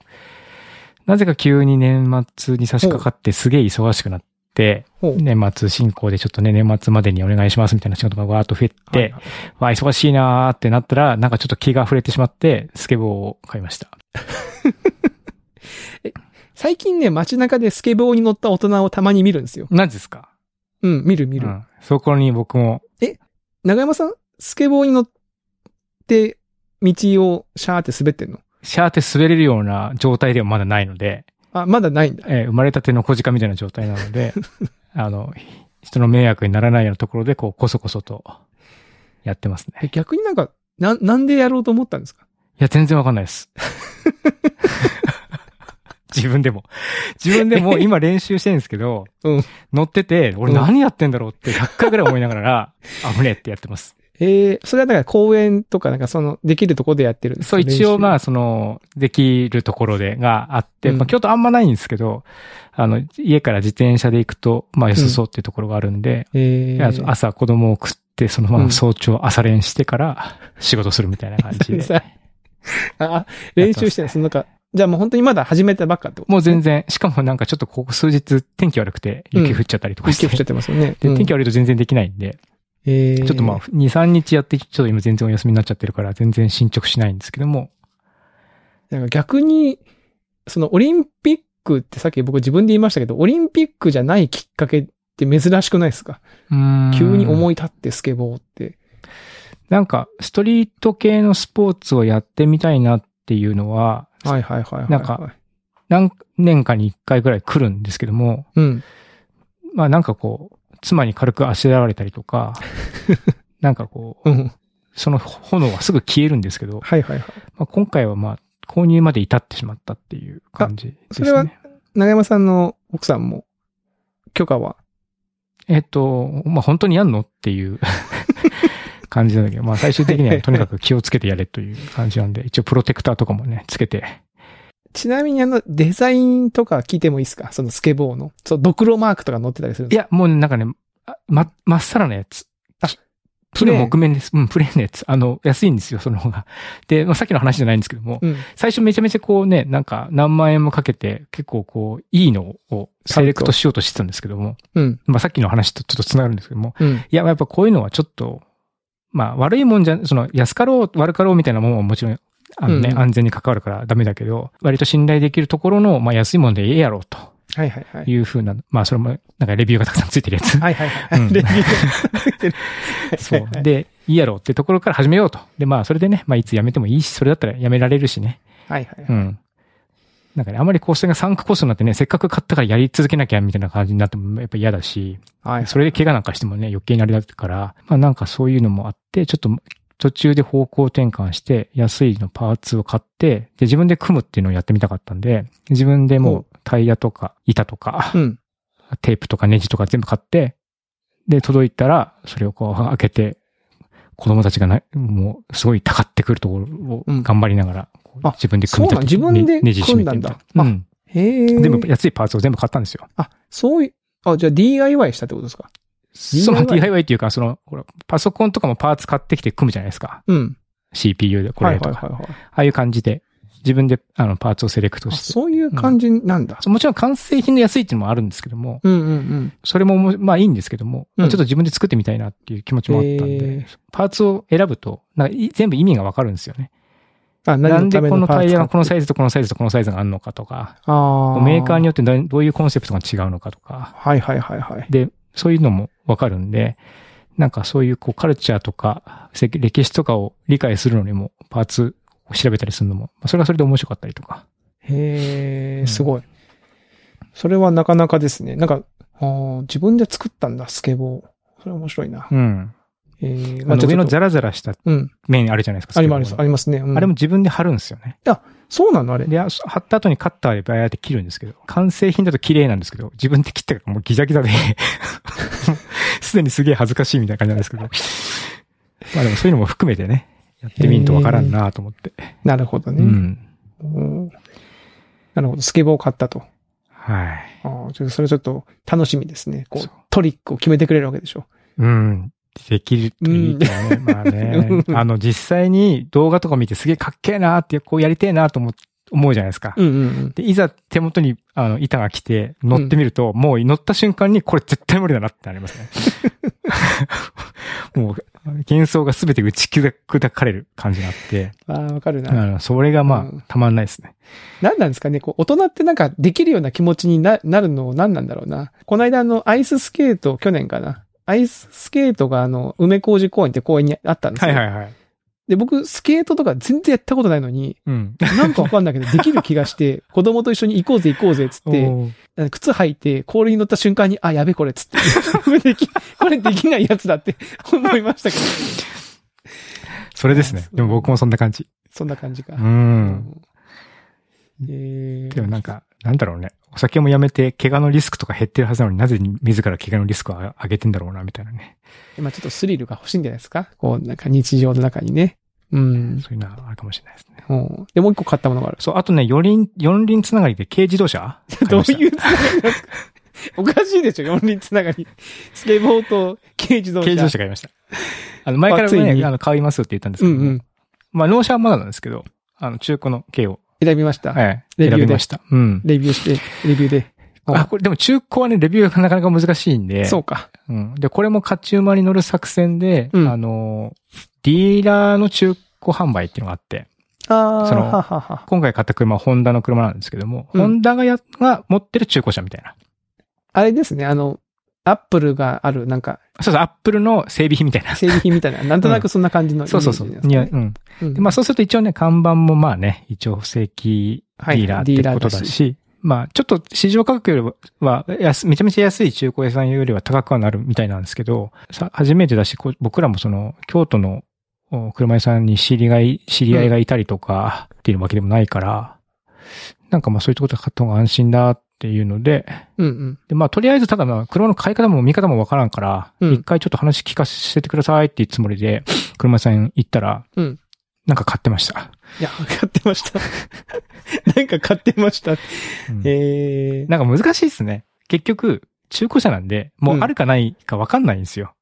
[SPEAKER 1] なぜか急に年末に差し掛かってすげえ忙しくなって、
[SPEAKER 2] ほう。
[SPEAKER 1] 年末進行でちょっとね、年末までにお願いしますみたいな仕事がわーっと増えて、
[SPEAKER 2] はい、
[SPEAKER 1] わあ、忙しいなーってなったら、なんかちょっと気が溢れてしまって、スケボーを買いました。
[SPEAKER 2] 最近ね、街中でスケボーに乗った大人をたまに見るんですよ。
[SPEAKER 1] 何ですか
[SPEAKER 2] うん、見る見
[SPEAKER 1] い
[SPEAKER 2] る。
[SPEAKER 1] そこに僕も、
[SPEAKER 2] 長山さん、スケボーに乗って、道をシャーって滑ってんの
[SPEAKER 1] シャーって滑れるような状態ではまだないので、
[SPEAKER 2] あ、まだないんだ。
[SPEAKER 1] えー生まれたての小鹿みたいな状態なの で、あの、人の迷惑にならないようなところで、こう、こそこそと、やってますね。
[SPEAKER 2] え逆になんか、な、なんでやろうと思ったんですか
[SPEAKER 1] いや、全然わかんない です。自分でも。自分で も今練習してるんですけど、
[SPEAKER 2] うん
[SPEAKER 1] 乗ってて、俺
[SPEAKER 2] うん
[SPEAKER 1] 何やってんだろうって100回ぐらい思いなが ら、危ねえってやってます。
[SPEAKER 2] えー、それはだから公園とかなんかその、できるとこでやってるんですか
[SPEAKER 1] そう、一応まあ、
[SPEAKER 2] あ、
[SPEAKER 1] その、できるところで、があって、
[SPEAKER 2] うん
[SPEAKER 1] まあ、京都あんまないんですけど、あの、家から自転車で行くと、まあ、良さそうっていうところがあるんで、
[SPEAKER 2] え
[SPEAKER 1] であと
[SPEAKER 2] ー、
[SPEAKER 1] 朝子供を食って、そのま
[SPEAKER 2] う
[SPEAKER 1] ま
[SPEAKER 2] ん
[SPEAKER 1] 早朝朝練してから仕事するみたいな感 じで。
[SPEAKER 2] さあ、練習してるそのなんか、じゃあもう本当にまだ始めたばっかってこと
[SPEAKER 1] もう全然、しかもなんかちょっとここ数日天気悪くて
[SPEAKER 2] うん
[SPEAKER 1] 雪降っちゃったりとか
[SPEAKER 2] 一
[SPEAKER 1] して。
[SPEAKER 2] 曲しちゃってますよね。
[SPEAKER 1] で、
[SPEAKER 2] うん
[SPEAKER 1] 天気悪いと全然できないんで、
[SPEAKER 2] えー
[SPEAKER 1] ちょっとまあ、2、3日やって、ちょっと今全然お休みになっちゃってるから、全然進捗しないんですけども、
[SPEAKER 2] なんか逆に、そのオリンピックってさっき僕自分で言いましたけど、オリンピックじゃないきっかけって珍しくないですか急に
[SPEAKER 1] い。
[SPEAKER 2] 思い立ってスケボーって。
[SPEAKER 1] なんか、ストリート系のスポーツをやってみたいなっていうのは、
[SPEAKER 2] はいはいはいはいはい。
[SPEAKER 1] なんか、何年かに1回ぐらい来るんですけども、
[SPEAKER 2] うん。
[SPEAKER 1] まあなんかこう、妻に軽くあしらわれたりと か、なんかこう、
[SPEAKER 2] うん。
[SPEAKER 1] その炎はすぐ消えるんですけど、
[SPEAKER 2] はいはいはい。
[SPEAKER 1] まあ、今回はまあ、購入まで至ってしまったっていう感じです
[SPEAKER 2] そ
[SPEAKER 1] ね。
[SPEAKER 2] れは長山さんの奥さんも、許可は
[SPEAKER 1] えっと、まあ本当にやんのっていう 感じなんだけど、まあ最終的にはとにかく気をつけてやれという感じなんで、一応プロテクターとかもね、つけて。
[SPEAKER 2] ちなみにあの、デザインとか聞いてもいいですかそのスケボーの。そう、ドクロマークとか載ってたりする
[SPEAKER 1] い
[SPEAKER 2] んですか
[SPEAKER 1] や、もうなんかね、あま、まっさらなやつ。
[SPEAKER 2] あ
[SPEAKER 1] プレーン木面です。うん、プレーンのやつ。あの、安いんですよ、その方が。で、まあ、さっきの話じゃないんですけども、
[SPEAKER 2] うん。
[SPEAKER 1] 最初めちゃめちゃこうね、なんか何万円もかけて、結構こう、いいのをセレクトしようとしてたんですけども、
[SPEAKER 2] うん。
[SPEAKER 1] まあさっきの話とちょっと繋がるんですけども、
[SPEAKER 2] うん。
[SPEAKER 1] いや、やっぱこういうのはちょっと、まあ悪いもんじゃ、その安かろう、悪かろうみたいなもんはもちろん、あのね、
[SPEAKER 2] うんうん
[SPEAKER 1] 安全に関わるからダメだけど、割と信頼できるところの、まあ安いもんでええやろうと
[SPEAKER 2] はいはいはい。
[SPEAKER 1] いうふうな、まあそれも、なんかレビューがたくさんついてるやつ。
[SPEAKER 2] はいはいは
[SPEAKER 1] うん
[SPEAKER 2] い。レビューがついてる
[SPEAKER 1] そ。
[SPEAKER 2] はいうはい
[SPEAKER 1] で、いいやろうってところから始めようと。で、まあそれでね、まあいつ辞めてもいいし、それだったら辞められるしね。
[SPEAKER 2] はいはいは
[SPEAKER 1] う
[SPEAKER 2] い。
[SPEAKER 1] ん。なんかね、あまりこうそれがサンクコストになってね、せっかく買ったからやり続けなきゃみたいな感じになってもやっぱ嫌だし、
[SPEAKER 2] はい。
[SPEAKER 1] それで怪我なんかしてもね、余計になりだったから、まあなんかそういうのもあって、ちょっと途中で方向転換して、安いのパーツを買って、で、自分で組むっていうのをやってみたかったんで、自分でもうタイヤとか板とか、
[SPEAKER 2] うん。
[SPEAKER 1] テープとかネジとか全部買って、で、届いたら、それをこう開けて、子供たちがな、もう、すごいたかってくるところ
[SPEAKER 2] う
[SPEAKER 1] を
[SPEAKER 2] ん
[SPEAKER 1] 頑張りながら、こう
[SPEAKER 2] あ
[SPEAKER 1] 自分で組み立てて、
[SPEAKER 2] そうなん自分で
[SPEAKER 1] ねじ締めてみたいな
[SPEAKER 2] 組
[SPEAKER 1] うん。
[SPEAKER 2] へえ。
[SPEAKER 1] 全部、安いパーツを全部買ったんですよ。
[SPEAKER 2] あ、そういう、あ、じゃあ DIY したってことですか
[SPEAKER 1] その
[SPEAKER 2] DIY
[SPEAKER 1] DIY っていうか、その、ほら、パソコンとかもパーツ買ってきて組むじゃないですか。
[SPEAKER 2] うん。
[SPEAKER 1] CPU でこれとか。
[SPEAKER 2] はいはいはいはい。
[SPEAKER 1] ああいう感じで、自分で、あの、パーツをセレクト
[SPEAKER 2] あ
[SPEAKER 1] して。
[SPEAKER 2] そういう感じなんだ。
[SPEAKER 1] そうもちろん完成品の安いっていうのもあるんですけども、
[SPEAKER 2] うんうんうん。
[SPEAKER 1] それもおも、まあいいんですけども、
[SPEAKER 2] うん
[SPEAKER 1] ちょっと自分で作ってみたいなっていう気持ちもあったんで、
[SPEAKER 2] へー
[SPEAKER 1] パーツを選ぶと、なんかい全部意味がわかるんですよね。
[SPEAKER 2] あ、
[SPEAKER 1] な
[SPEAKER 2] 何
[SPEAKER 1] ん
[SPEAKER 2] のた
[SPEAKER 1] で
[SPEAKER 2] め
[SPEAKER 1] この
[SPEAKER 2] のパ
[SPEAKER 1] タ
[SPEAKER 2] ー
[SPEAKER 1] イ
[SPEAKER 2] ツ
[SPEAKER 1] ヤ
[SPEAKER 2] か
[SPEAKER 1] がこのサイズとこのサイズとこのサイズがあるのかとか、
[SPEAKER 2] あ
[SPEAKER 1] メーカーに
[SPEAKER 2] よ
[SPEAKER 1] よってどどういうコンセプトが違うのかとか、
[SPEAKER 2] はいはいはいはい。
[SPEAKER 1] で、そういうのもわかるんで、なんかそういうこうカルチャーとか、せ歴史とかを理解するのにも、パーツを調べたりするのも、まあそれはそれで面白かったりとか。
[SPEAKER 2] へ
[SPEAKER 1] う
[SPEAKER 2] え、
[SPEAKER 1] ん
[SPEAKER 2] すごい。それはなかなかですね。なんか、あー自分で作ったんだ、スケボー。それ面白いな。
[SPEAKER 1] うん。
[SPEAKER 2] えー、
[SPEAKER 1] あの
[SPEAKER 2] ちょっと
[SPEAKER 1] 上のザラザラした
[SPEAKER 2] うん。
[SPEAKER 1] 面あるじゃないですか。
[SPEAKER 2] あります、あ
[SPEAKER 1] あ
[SPEAKER 2] りますね。うん
[SPEAKER 1] あれも、自分で貼るんですよね。
[SPEAKER 2] そうなのあれ。
[SPEAKER 1] で、あ貼った後にカッターでバーって切るんですけど、完成品だと綺麗なんですけど、自分で切ったからもうギザギザで、 すでにすげえ恥ずかしいみたいな感じなんですけど。まあでもそういうのも含めてね、やってみんとわからんなと思って。
[SPEAKER 2] なるほど
[SPEAKER 1] う
[SPEAKER 2] ね、
[SPEAKER 1] ん。
[SPEAKER 2] うんなるほど。スケボーを買ったと。
[SPEAKER 1] はい。
[SPEAKER 2] あーちょっとそれちょっと楽しみですね。こ
[SPEAKER 1] そう
[SPEAKER 2] う、トリックを決めてくれるわけでしょ。
[SPEAKER 1] うん。できるといいけどね。まあ ね。
[SPEAKER 2] うん
[SPEAKER 1] あの、実際に動画とか見てすげえかっけえなって、こうやりてえなと思う思うじゃないですか。
[SPEAKER 2] うんうんうん。
[SPEAKER 1] で、いざ手元に、あの、板が来て、乗ってみると、もう乗った瞬間に、これ絶対無理だなってなります ね。もう、幻想が全て打ち砕かれる感じがあって、
[SPEAKER 2] ああ、わかるな。
[SPEAKER 1] あのそれがまあ、
[SPEAKER 2] うん
[SPEAKER 1] たまんないですね。
[SPEAKER 2] 何なんですかねこう、大人ってなんかできるような気持ちにななるの何なんだろうな。この間あの、アイススケート、去年かな。アイススケートがあの、梅小路公園って公園にあったんですよ。
[SPEAKER 1] いはい。
[SPEAKER 2] で、僕、スケートとか全然やったことないのに、
[SPEAKER 1] うん。
[SPEAKER 2] なんかわかんないけど、できる気がして、 子供と一緒に行こうぜ行こうぜっつって、
[SPEAKER 1] おー
[SPEAKER 2] 靴履いて、氷に乗った瞬間に、あ、やべこれっつって、 これでき、これできないやつだって思いましたけど、
[SPEAKER 1] それですね。でも僕もそんな感じ。
[SPEAKER 2] そんな感じか
[SPEAKER 1] う。ん。
[SPEAKER 2] うんえー
[SPEAKER 1] でもなんか、なんだろうね。お酒もやめて、怪我のリスクとか減ってるはずなのになぜ自ら怪我のリスクを上げてんだろうな、みたいなね。
[SPEAKER 2] まあちょっとスリルが欲しいんじゃないですかこう、なんか日常の中にね。うん。
[SPEAKER 1] そういうのはあるかもしれないですね。
[SPEAKER 2] うんで、もう一個買ったものがある。
[SPEAKER 1] そう、あとね、四輪、四輪つながりで軽自動車買
[SPEAKER 2] どう
[SPEAKER 1] ました
[SPEAKER 2] いうつながりなんですかおかしいでしょ四輪つながり。スケボーと軽自動車。
[SPEAKER 1] 軽自動車買いました。あの、前から
[SPEAKER 2] まあつい
[SPEAKER 1] ね、
[SPEAKER 2] に
[SPEAKER 1] あの、買いますよって言ったんです
[SPEAKER 2] う
[SPEAKER 1] け
[SPEAKER 2] ん
[SPEAKER 1] ど、
[SPEAKER 2] うん。
[SPEAKER 1] まあ、納車はまだなんですけど、あの、中古の軽を、
[SPEAKER 2] 選びました。
[SPEAKER 1] はい、
[SPEAKER 2] レ
[SPEAKER 1] 選
[SPEAKER 2] ビューで
[SPEAKER 1] びました。うん。
[SPEAKER 2] レビューして、レビューで。
[SPEAKER 1] あ、これ、でも中古はね、レビューがなかなか難しいんで、
[SPEAKER 2] そうか。
[SPEAKER 1] うん。で、これも勝ち馬に乗る作戦で、
[SPEAKER 2] うん
[SPEAKER 1] あの、ディーラーの中古販売っていうのがあって、
[SPEAKER 2] ああ、
[SPEAKER 1] その
[SPEAKER 2] ははは。
[SPEAKER 1] 今回買った車はホンダの車なんですけども、
[SPEAKER 2] うん
[SPEAKER 1] ホンダがや、が持ってる中古車みたいな。
[SPEAKER 2] あれですね、あの、アップルがある、なんか、
[SPEAKER 1] そうそう、アップルの整備品みたいな。
[SPEAKER 2] 整備品みたいな、なんとなくそんな感じの イメ
[SPEAKER 1] そ
[SPEAKER 2] ー
[SPEAKER 1] う
[SPEAKER 2] ジ
[SPEAKER 1] そ
[SPEAKER 2] で
[SPEAKER 1] う
[SPEAKER 2] す
[SPEAKER 1] そう。
[SPEAKER 2] ね。
[SPEAKER 1] いや、うん。
[SPEAKER 2] うん
[SPEAKER 1] でまあそうすると一応ね、看板もまあね、一応正規デ
[SPEAKER 2] はい
[SPEAKER 1] ィーラーっていうことだ
[SPEAKER 2] ディーラーだ
[SPEAKER 1] し、まあちょっと市場価格よりは、安めちゃめちゃ安い中古屋さんよりは高くはなるみたいなんですけど、さ、初めてだし、こう僕らもその、京都のお車屋さんに知り合い、知り合いがいたりとか、っていうわけでもないから、なんかまあそういうところで買った方が安心だっていうので、
[SPEAKER 2] うんうん。
[SPEAKER 1] で、まあ、とりあえず、ただな、車の買い方も見方もわからんから、一、
[SPEAKER 2] うん
[SPEAKER 1] 回ちょっと話聞かせてくださいっていうつもりで、車屋さん行ったら、
[SPEAKER 2] うん
[SPEAKER 1] なんか買ってました。
[SPEAKER 2] いや、買って ました。なんか買ってまし
[SPEAKER 1] う
[SPEAKER 2] た。
[SPEAKER 1] ん
[SPEAKER 2] えー、
[SPEAKER 1] なんか難しいですね。結局、中古車なんで、もうあるかないかわかんないんですよ。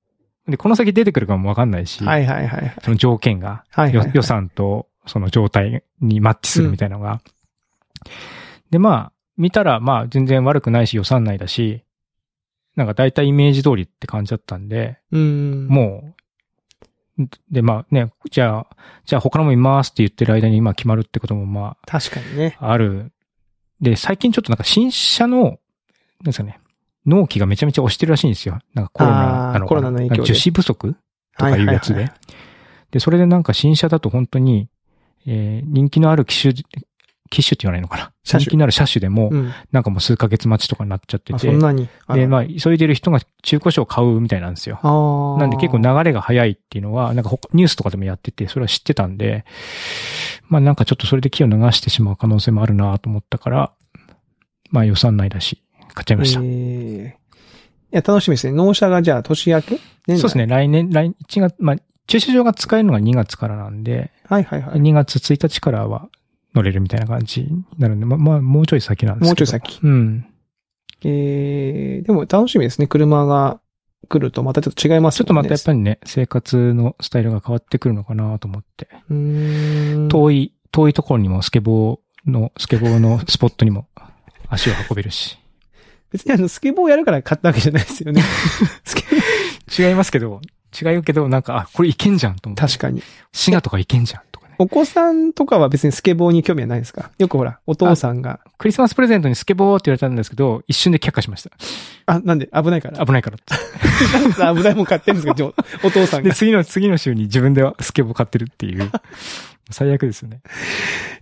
[SPEAKER 1] で、この先出てくるかもわかんないし、
[SPEAKER 2] はいはいはいはい。
[SPEAKER 1] その条件が、
[SPEAKER 2] はいはいはい
[SPEAKER 1] よ予算とその状態にマッチするみたいなのが。で、まあ、見たら、まあ、全然悪くないし、予算内だし、なんか大体イメージ通りって感じだったんで、
[SPEAKER 2] うん。
[SPEAKER 1] もう、で、まあね、じゃあ、じゃあ他のも見ますって言ってる間に今決まるってこともま
[SPEAKER 2] 確かにね。
[SPEAKER 1] あ、ある。で、最近ちょっとなんか新車の、なんですかね、納期がめちゃめちゃ押してるらしいんですよ。なんかコロナなのか
[SPEAKER 2] あー
[SPEAKER 1] な、
[SPEAKER 2] コロナの影響で
[SPEAKER 1] 樹脂不足とかいうやつで。
[SPEAKER 2] はは
[SPEAKER 1] で、それでなんか新車だと本当に、えー人気のある機種、機種って言わないのかな。人
[SPEAKER 2] 車種
[SPEAKER 1] 気のある車種でも、
[SPEAKER 2] はいうん。
[SPEAKER 1] なんかもう数ヶ月待ちとかになっちゃって
[SPEAKER 2] あ、
[SPEAKER 1] て
[SPEAKER 2] そん。なに。
[SPEAKER 1] で、ま
[SPEAKER 2] あ
[SPEAKER 1] あ、急いでる人が中古車を買うみたいなんですよ。
[SPEAKER 2] ら、あー
[SPEAKER 1] なんで結構、流れが早いっていうのは、なんか他ニュースとかでもやってて、それは知ってたんで、まあなんかちょっとそれで気を流してしまう可能性もあるなと思ったから、まあ予算内だし、買っちゃいました。
[SPEAKER 2] えーいや、楽しみですね。納車がじゃあ年明け
[SPEAKER 1] そうです。ね、来年、来1月、まあ駐車場が使えるのが2月からなんで、
[SPEAKER 2] はいはいはい。
[SPEAKER 1] 2月1日からは乗れるみたいな感じになるんで、ま、まあ、もうちょい先なんですけど。
[SPEAKER 2] もうちょい。先。
[SPEAKER 1] うん。
[SPEAKER 2] えー、でも楽しみですね。車が来るとまたちょっと違います
[SPEAKER 1] ちょ
[SPEAKER 2] よ
[SPEAKER 1] っと
[SPEAKER 2] ね。
[SPEAKER 1] またやっぱりね、生活のスタイルが変わってくるのかなと思って。
[SPEAKER 2] うーん。
[SPEAKER 1] 遠い、遠いところにもスケボーの、スケボーのスポットに も足を運べるし。
[SPEAKER 2] 別にあの、スケボーやるから買ったわけじゃないです よね。スケボー
[SPEAKER 1] 違いますけど、違うけど、なんか、あ、これいけんじゃんと思って。
[SPEAKER 2] 確かに。
[SPEAKER 1] 滋賀とかいけんじゃんとかね。
[SPEAKER 2] お子さんとかは別にスケボーに興味はないですかよくほら、お父さんが、
[SPEAKER 1] クリスマスプレゼントにスケボーって言われたんですけど、一瞬で却下しました。
[SPEAKER 2] あ、なんで危ないから。
[SPEAKER 1] 危ないからって。
[SPEAKER 2] 危ないもん買ってるんですけど、お父さ ん
[SPEAKER 1] で、
[SPEAKER 2] が。
[SPEAKER 1] 次の、次の週に自分ではスケボー買ってるって いう。最悪ですよね。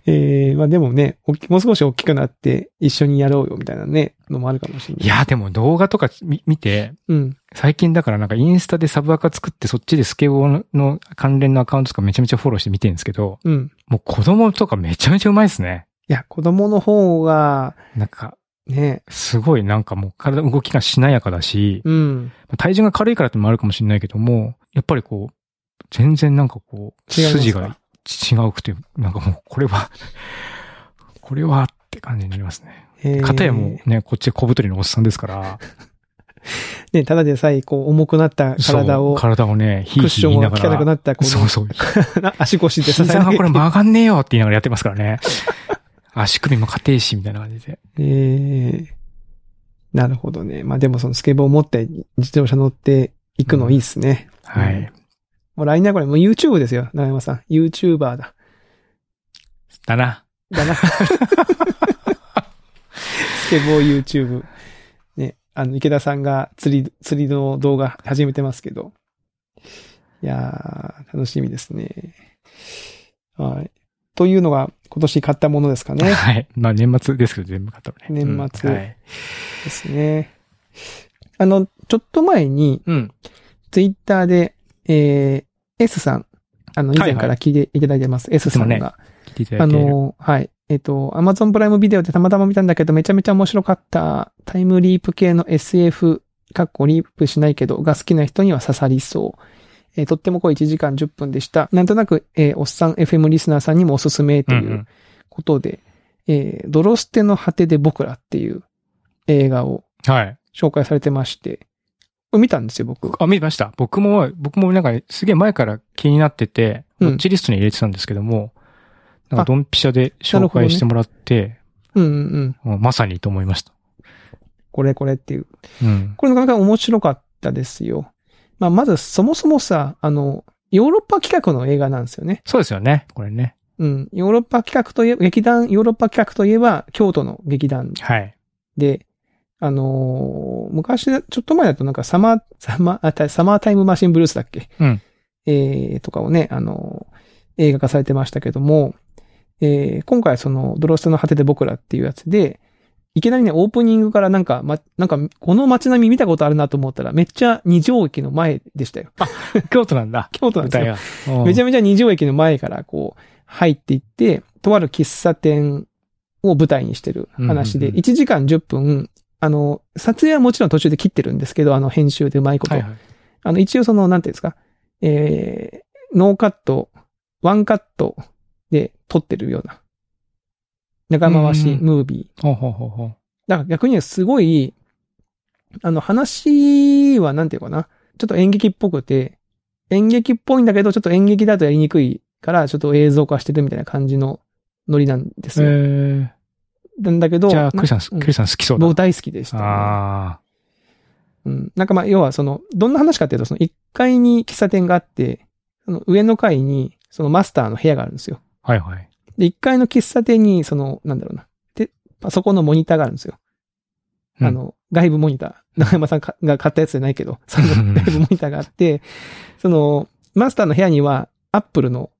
[SPEAKER 2] えー、まあでもね、おっきもう少し大きくなって一緒にやろうよみたいなね、のもあるかもしれない。
[SPEAKER 1] い、や、でも動画とか見見て、
[SPEAKER 2] うん。
[SPEAKER 1] 最近だからなんかインスタでサブアカ作ってそっちでスケボーの関連のアカウントとかめちゃめちゃフォローして見てるんですけど、
[SPEAKER 2] うん。
[SPEAKER 1] もう子供とかめちゃめちゃうまいですね。
[SPEAKER 2] いや、子供の方が、
[SPEAKER 1] なんか、
[SPEAKER 2] ね、
[SPEAKER 1] すごいなんかもう体の動きがしなやかだし、
[SPEAKER 2] うん。
[SPEAKER 1] 体重が軽いからってのもあるかもしれないけども、やっぱりこう、全然なんかこう、
[SPEAKER 2] 違いますか
[SPEAKER 1] 筋が違うくて、なんかもうこれは、 これはって感じになりますね。
[SPEAKER 2] えー
[SPEAKER 1] かたやもうね、こっち小太りのおっさんですから、
[SPEAKER 2] ね、ただでさえ、こう、重くなった 体
[SPEAKER 1] そう
[SPEAKER 2] を、ク
[SPEAKER 1] 体をね、ヒー
[SPEAKER 2] ッ
[SPEAKER 1] ヒ
[SPEAKER 2] シ
[SPEAKER 1] ー
[SPEAKER 2] ョ
[SPEAKER 1] 言
[SPEAKER 2] ン
[SPEAKER 1] い
[SPEAKER 2] が
[SPEAKER 1] なが
[SPEAKER 2] 効かなく
[SPEAKER 1] ら、
[SPEAKER 2] なった、こ
[SPEAKER 1] そうそう、
[SPEAKER 2] の 足腰で支え
[SPEAKER 1] 膝
[SPEAKER 2] な
[SPEAKER 1] が
[SPEAKER 2] き
[SPEAKER 1] これ
[SPEAKER 2] ゃ
[SPEAKER 1] 曲がんねえよって言いながらやってますからね。足首も硬いし、みたいな感じで。
[SPEAKER 2] えー、なるほどね。まあでもそのスケボーを持って自動車乗って行くのいいっすね。
[SPEAKER 1] は
[SPEAKER 2] うん
[SPEAKER 1] い。
[SPEAKER 2] もう来年はこれもう YouTube ですよ、長山さん。YouTuber だ。
[SPEAKER 1] だな。
[SPEAKER 2] だな。スケボー YouTube。ね、あの、池田さんが釣り、釣りの動画始めてますけど。いやー、楽しみですね。はい。というのが今年買ったものですかね。
[SPEAKER 1] はい。まあ年末ですけど、全部買ったのね。
[SPEAKER 2] 年末
[SPEAKER 1] うんはい。
[SPEAKER 2] ですね。あの、ちょっと前に、
[SPEAKER 1] うん。
[SPEAKER 2] ツイッターで、えー、S さん、あの、以前
[SPEAKER 1] はい
[SPEAKER 2] か
[SPEAKER 1] は
[SPEAKER 2] ら聞いていただいてます。S さん
[SPEAKER 1] いつも
[SPEAKER 2] が。
[SPEAKER 1] 聞いていただ
[SPEAKER 2] あ
[SPEAKER 1] いている。
[SPEAKER 2] の、はい。えっ、と、Amazon プライムビデオでたまたま見たんだけど、めちゃめちゃ面白かった、タイムリープ系の SF、かっこリープしないけど、が好きな人には刺さりそう。えーとっても濃い1時間10分でした。なんとなく、えーおっさん FM リスナーさんにもおすすめと
[SPEAKER 1] うん
[SPEAKER 2] いう
[SPEAKER 1] うん
[SPEAKER 2] ことで、えードロステの果てで僕らっていう映画を
[SPEAKER 1] はい。
[SPEAKER 2] 紹介されてまして、これ見たんですよ、僕。
[SPEAKER 1] あ、見ました。僕も、僕もなんかすげえ前から気になってて、
[SPEAKER 2] う
[SPEAKER 1] ウ
[SPEAKER 2] ん
[SPEAKER 1] ォッチリストに入れてたんですけども、なんか
[SPEAKER 2] あ
[SPEAKER 1] ドンピシャで
[SPEAKER 2] なる
[SPEAKER 1] 紹
[SPEAKER 2] ほどね
[SPEAKER 1] 介してもらって、
[SPEAKER 2] うんうんうん。
[SPEAKER 1] うんまさにと思いました。
[SPEAKER 2] これこれっていう。
[SPEAKER 1] うん。
[SPEAKER 2] これなかなか面白かったですよ。まあ、まずそもそもさ、あの、ヨーロッパ企画の映画なんですよね。
[SPEAKER 1] そうですよね。これね。
[SPEAKER 2] うん。ヨーロッパ企画といえば、劇団、ヨーロッパ企画といえば、京都の劇団
[SPEAKER 1] はい。
[SPEAKER 2] で、あのー昔、ちょっと前だとなんかサマー、サマーあた、サマータイムマシンブルースだっけ
[SPEAKER 1] うん
[SPEAKER 2] えー、とかをね、あのー映画化されてましたけども、えー今回その、ドロステの果てで僕らっていうやつで、いきなりね、オープニングからなんか、ま、なんか、この街並み見たことあるなと思ったら、めっちゃ二条駅の前でしたよ。
[SPEAKER 1] 京都なんだ。
[SPEAKER 2] 京都なん
[SPEAKER 1] 舞
[SPEAKER 2] ですよ
[SPEAKER 1] 台。が。うん
[SPEAKER 2] めちゃめちゃ二条駅の前からこう入っていって、とある喫茶店を舞台にしてる話で、
[SPEAKER 1] うんうんうん
[SPEAKER 2] 1時間10分、あの、撮影はもちろん途中で切ってるんですけど、あの編集でうまいこと。
[SPEAKER 1] はいはい。
[SPEAKER 2] あの、一応その、なんていうんですか、えー、ノーカット、ワンカットで撮ってるような、長回
[SPEAKER 1] うん
[SPEAKER 2] し
[SPEAKER 1] うん
[SPEAKER 2] ムービー。
[SPEAKER 1] ほうほうほうほう。
[SPEAKER 2] だから逆にすごい、あの話はなんていうかな。ちょっと演劇っぽくて、演劇っぽいんだけど、ちょっと演劇だとやりにくいから、ちょっと映像化してるみたいな感じのノリなんですよ。
[SPEAKER 1] え
[SPEAKER 2] なんだけ
[SPEAKER 1] ー
[SPEAKER 2] ど、
[SPEAKER 1] じゃあ、
[SPEAKER 2] な
[SPEAKER 1] クリさん、ク
[SPEAKER 2] うん
[SPEAKER 1] リさん好きそうだ。
[SPEAKER 2] 僕大好きでした、
[SPEAKER 1] ああ。
[SPEAKER 2] うん。なんかまあ、要はその、どんな話かっていうと、その1階に喫茶店があって、その上の階に、そのマスターの部屋があるんですよ。
[SPEAKER 1] はいはい。
[SPEAKER 2] で、1階の喫茶店に、その、なんだろうな。で、パソコンのモニターがあるんですよ。
[SPEAKER 1] うん
[SPEAKER 2] あの、外部モニター。 中山さんかが買ったやつじゃな いけど、その
[SPEAKER 1] うん
[SPEAKER 2] 外部モニターがあって、その、マスターの部屋には、アップルの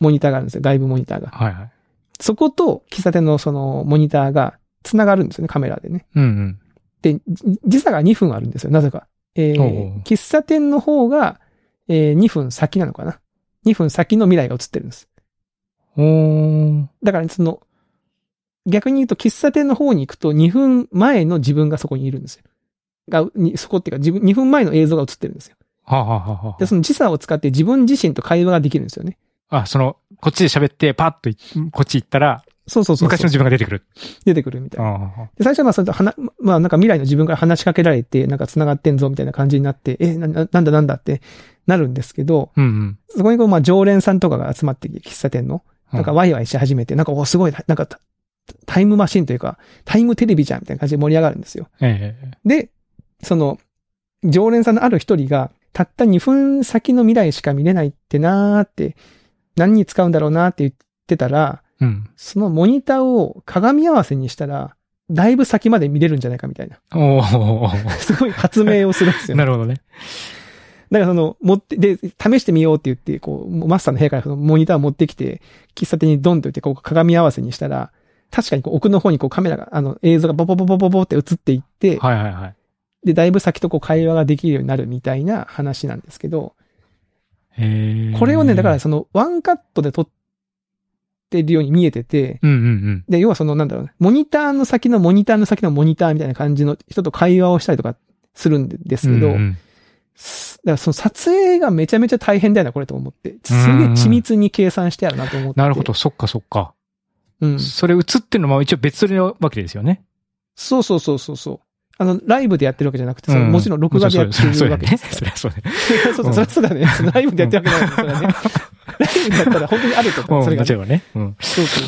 [SPEAKER 2] モニターがあるんですよ。外部モニターが。
[SPEAKER 1] はいはい。
[SPEAKER 2] そこと、喫茶店のその、モニターが、繋がるんですよね、カメラでね。
[SPEAKER 1] うんうん。
[SPEAKER 2] で、じ時差が2分あるんですよ、なぜか。えー
[SPEAKER 1] おうおう
[SPEAKER 2] 喫茶店の方が、えー2分先なのかな。2分先の未来が映ってるんです。
[SPEAKER 1] おー。
[SPEAKER 2] だから、その、逆に言うと、喫茶店の方に行くと、2分前の自分がそこにいるんですよ。が、にそこっていうか、自分、2分前の映像が映ってるんですよ。
[SPEAKER 1] はあ、はあはあ
[SPEAKER 2] で、その時差を使って自分自身と会話ができるんですよね。
[SPEAKER 1] はあ、その、こっちで喋って、パッとい、こっち行ったら、
[SPEAKER 2] そうそうそうそう。
[SPEAKER 1] 昔の自分が出てくる。
[SPEAKER 2] 出てくるみたいな
[SPEAKER 1] あ。あああ
[SPEAKER 2] で、最初はまあ、それと話、まあなんか未来の自分から話しかけられて、なんか繋がってんぞみたいな感じになって、え、な、ななんだなんだってなるんですけど、
[SPEAKER 1] うんうん。
[SPEAKER 2] そこにこう、まあ常連さんとかが集まってきて、喫茶店の、なんかワイワイし始めて、なんかお、すごい、なんかタタイムマシンというか、タイムテレビじゃんみたいな感じで盛り上がるんですよ。
[SPEAKER 1] ええ
[SPEAKER 2] で、その、常連さんのある一人が、たった2分先の未来しか見れないってなーって、何に使うんだろうなーって言ってたら、
[SPEAKER 1] うん。
[SPEAKER 2] そのモニターを鏡合わせにしたら、だいぶ先まで見れるんじゃないかみたいな。
[SPEAKER 1] おお
[SPEAKER 2] すごい発明をするんですよ。だ
[SPEAKER 1] な
[SPEAKER 2] か
[SPEAKER 1] るほどね。
[SPEAKER 2] らその、持って、で、試してみようって言って、こう、マスターの部屋からそのモニターを持ってきて、喫茶店にドンと置いて、こう、鏡合わせにしたら、確かにこう奥の方にこうカメラが、あの、映像がボボボボボボって映っていって、
[SPEAKER 1] はいはいはい。
[SPEAKER 2] で、だいぶ先とこう会話ができるようになるみたいな話なんですけど、
[SPEAKER 1] ええ
[SPEAKER 2] これをね、だから、その、ワンカットで撮ってるように見えてて、
[SPEAKER 1] うんうんうん。
[SPEAKER 2] で、要はその、なんだろうな、モニターの先のモニターの先のモニターみたいな感じの人と会話をしたりとかするんですけど、
[SPEAKER 1] うんうん
[SPEAKER 2] すだからその撮影がめちゃめちゃ大変だよな、これと思って。すげえ緻密に計算してあるなと思って。
[SPEAKER 1] なるほど、。そっかそっか。
[SPEAKER 2] うん。
[SPEAKER 1] それ映ってるのは一応別撮りなわけですよね。
[SPEAKER 2] そうそうそうそうそう。あの、ライブでやってるわけじゃなくて、その
[SPEAKER 1] うん
[SPEAKER 2] もちろん録画でやって
[SPEAKER 1] もちろ
[SPEAKER 2] る
[SPEAKER 1] ん
[SPEAKER 2] わ
[SPEAKER 1] そう
[SPEAKER 2] け
[SPEAKER 1] だ
[SPEAKER 2] で
[SPEAKER 1] ね。
[SPEAKER 2] す。
[SPEAKER 1] そりゃそうだね。
[SPEAKER 2] そうそうそう、そうだね。そのライブでやってるわけじゃないからね。ライブだったら本当にあると思う。それ
[SPEAKER 1] うんも
[SPEAKER 2] がね
[SPEAKER 1] ちろんね。うん。
[SPEAKER 2] そうそう。い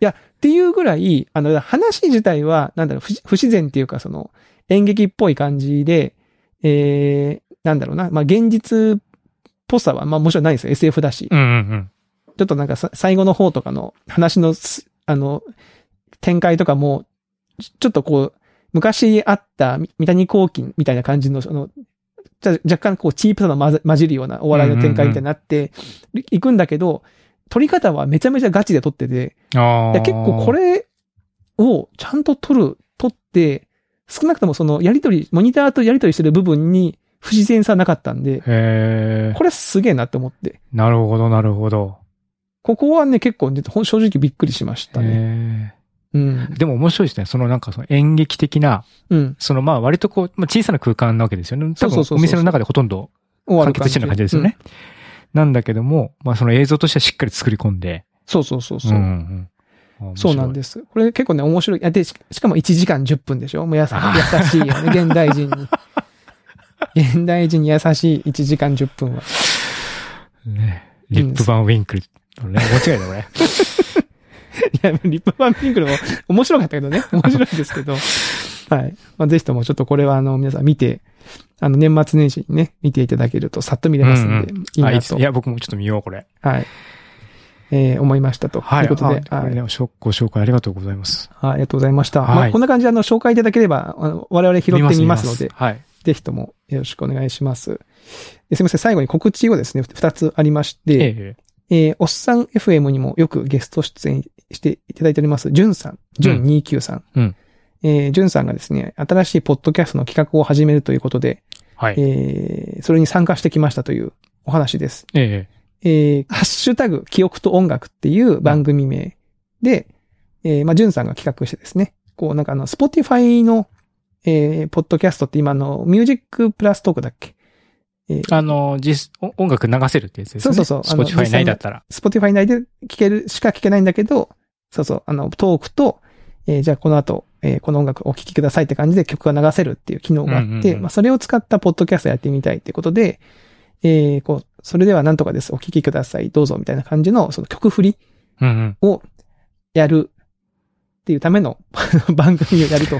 [SPEAKER 2] や、っていうぐらい、あの、話自体は、なんだろう、不自不自然っていうか、その、演劇っぽい感じで、えー、なんだろうな、まあ、現実っぽさは、まあ、もちろんないですよ。SF だし。
[SPEAKER 1] うんうん
[SPEAKER 2] ちょっとなんかさ最後の方とかの話のす、あの、展開とかも、ちょちょっとこう、昔あったみ三谷幸喜みたいな感じの、その、じゃ若干こうチープさの混ぜ混じるようなお笑いの展開みたいになっていくんだけど、撮り方はめちゃめちゃガチで撮ってて、
[SPEAKER 1] うん。ああ。
[SPEAKER 2] で結構こ、れをちゃんと撮る、撮って、少なくともそのやりとり、モニターとやりとりしてる部分に不自然さなかったんで、
[SPEAKER 1] へえ。
[SPEAKER 2] これすげえなって思って。
[SPEAKER 1] なるほど、なるほど。
[SPEAKER 2] ここはね、結構ね、ほん正直びっくりしましたね。
[SPEAKER 1] へ
[SPEAKER 2] うん
[SPEAKER 1] え。。でも面白いですね。そのなんかその演劇的な、
[SPEAKER 2] うん。
[SPEAKER 1] そのまあ割とこう、まあ、小さな空間なわけですよね。
[SPEAKER 2] そ
[SPEAKER 1] 多分
[SPEAKER 2] うそうそうそう
[SPEAKER 1] お店の中でほとんど
[SPEAKER 2] 終
[SPEAKER 1] 完結してるような感じですよね。。なんだけども、まあその映像としてはしっかり作り込んで。
[SPEAKER 2] うんそうそうそうそう。
[SPEAKER 1] んうん
[SPEAKER 2] そうなん
[SPEAKER 1] す。
[SPEAKER 2] です。これ結構ね、面白い。あでし、しかも1時間10分でしょもうやさ
[SPEAKER 1] あ
[SPEAKER 2] 優しいよね、現代人 に。現代人に優しい1時間10分は。
[SPEAKER 1] ね。リップバン・ウィンクル。ね、間違いだ、こ れ。
[SPEAKER 2] いや、リップバンピンクルも面白かったけ どね。面白いですけど。はい。まあ、ぜひともちょっとこれはあの、皆さん見て、あの、年末年始にね、見ていただけるとさっと見れますんで、
[SPEAKER 1] う
[SPEAKER 2] いい
[SPEAKER 1] あいい
[SPEAKER 2] な
[SPEAKER 1] です
[SPEAKER 2] と
[SPEAKER 1] ねい。や、僕もちょっと見よう、これ。
[SPEAKER 2] はい。えー思いましたと。
[SPEAKER 1] はい。
[SPEAKER 2] ということで、
[SPEAKER 1] あこ
[SPEAKER 2] は
[SPEAKER 1] れ
[SPEAKER 2] い
[SPEAKER 1] ね、ご紹介ありがとうございます。
[SPEAKER 2] はいありがとうございました。
[SPEAKER 1] はい
[SPEAKER 2] まあ、こんな感じで、あの、紹介いただければ、あの我々拾ってみますので、
[SPEAKER 1] はい。
[SPEAKER 2] ぜひともよろしくお願いします。ですみません、最後に告知をですね、二つありまして、
[SPEAKER 1] ええ。
[SPEAKER 2] えーおっさん FM にもよくゲスト出演していただいております、じゅんさん、じゅん29さん。
[SPEAKER 1] うん
[SPEAKER 2] えー、じゅんさんがですね、新しいポッドキャストの企画を始めるということで、
[SPEAKER 1] はい。え
[SPEAKER 2] えーそれに参加してきましたというお話です。
[SPEAKER 1] え。
[SPEAKER 2] えーハッシュタグ、記憶と音楽っていう番組名で、えーまあ、ジュンさんが企画してですね、こう、なんかあの、スポティファイの、えーポッドキャストって今あの、ミュージックプラストークだっけ
[SPEAKER 1] あの、実、お音楽流せるってやつですね。
[SPEAKER 2] そうそうそうあの
[SPEAKER 1] Spotify 内だったら。
[SPEAKER 2] スポティファイ内で聞ける、しか聞けないんだけど、そうそう、あの、トークと、えーじゃあこの後、えーこの音楽お聴きくださいって感じで曲が流せるっていう機能があって、
[SPEAKER 1] うんうんうん
[SPEAKER 2] まあ、それを使ったポッドキャストやってみたいっていうことで、えーこう、それではなんとかです、お聴きください、どうぞみたいな感じの、その曲振り
[SPEAKER 1] うんうん。
[SPEAKER 2] をやるっていうための 番組をやると。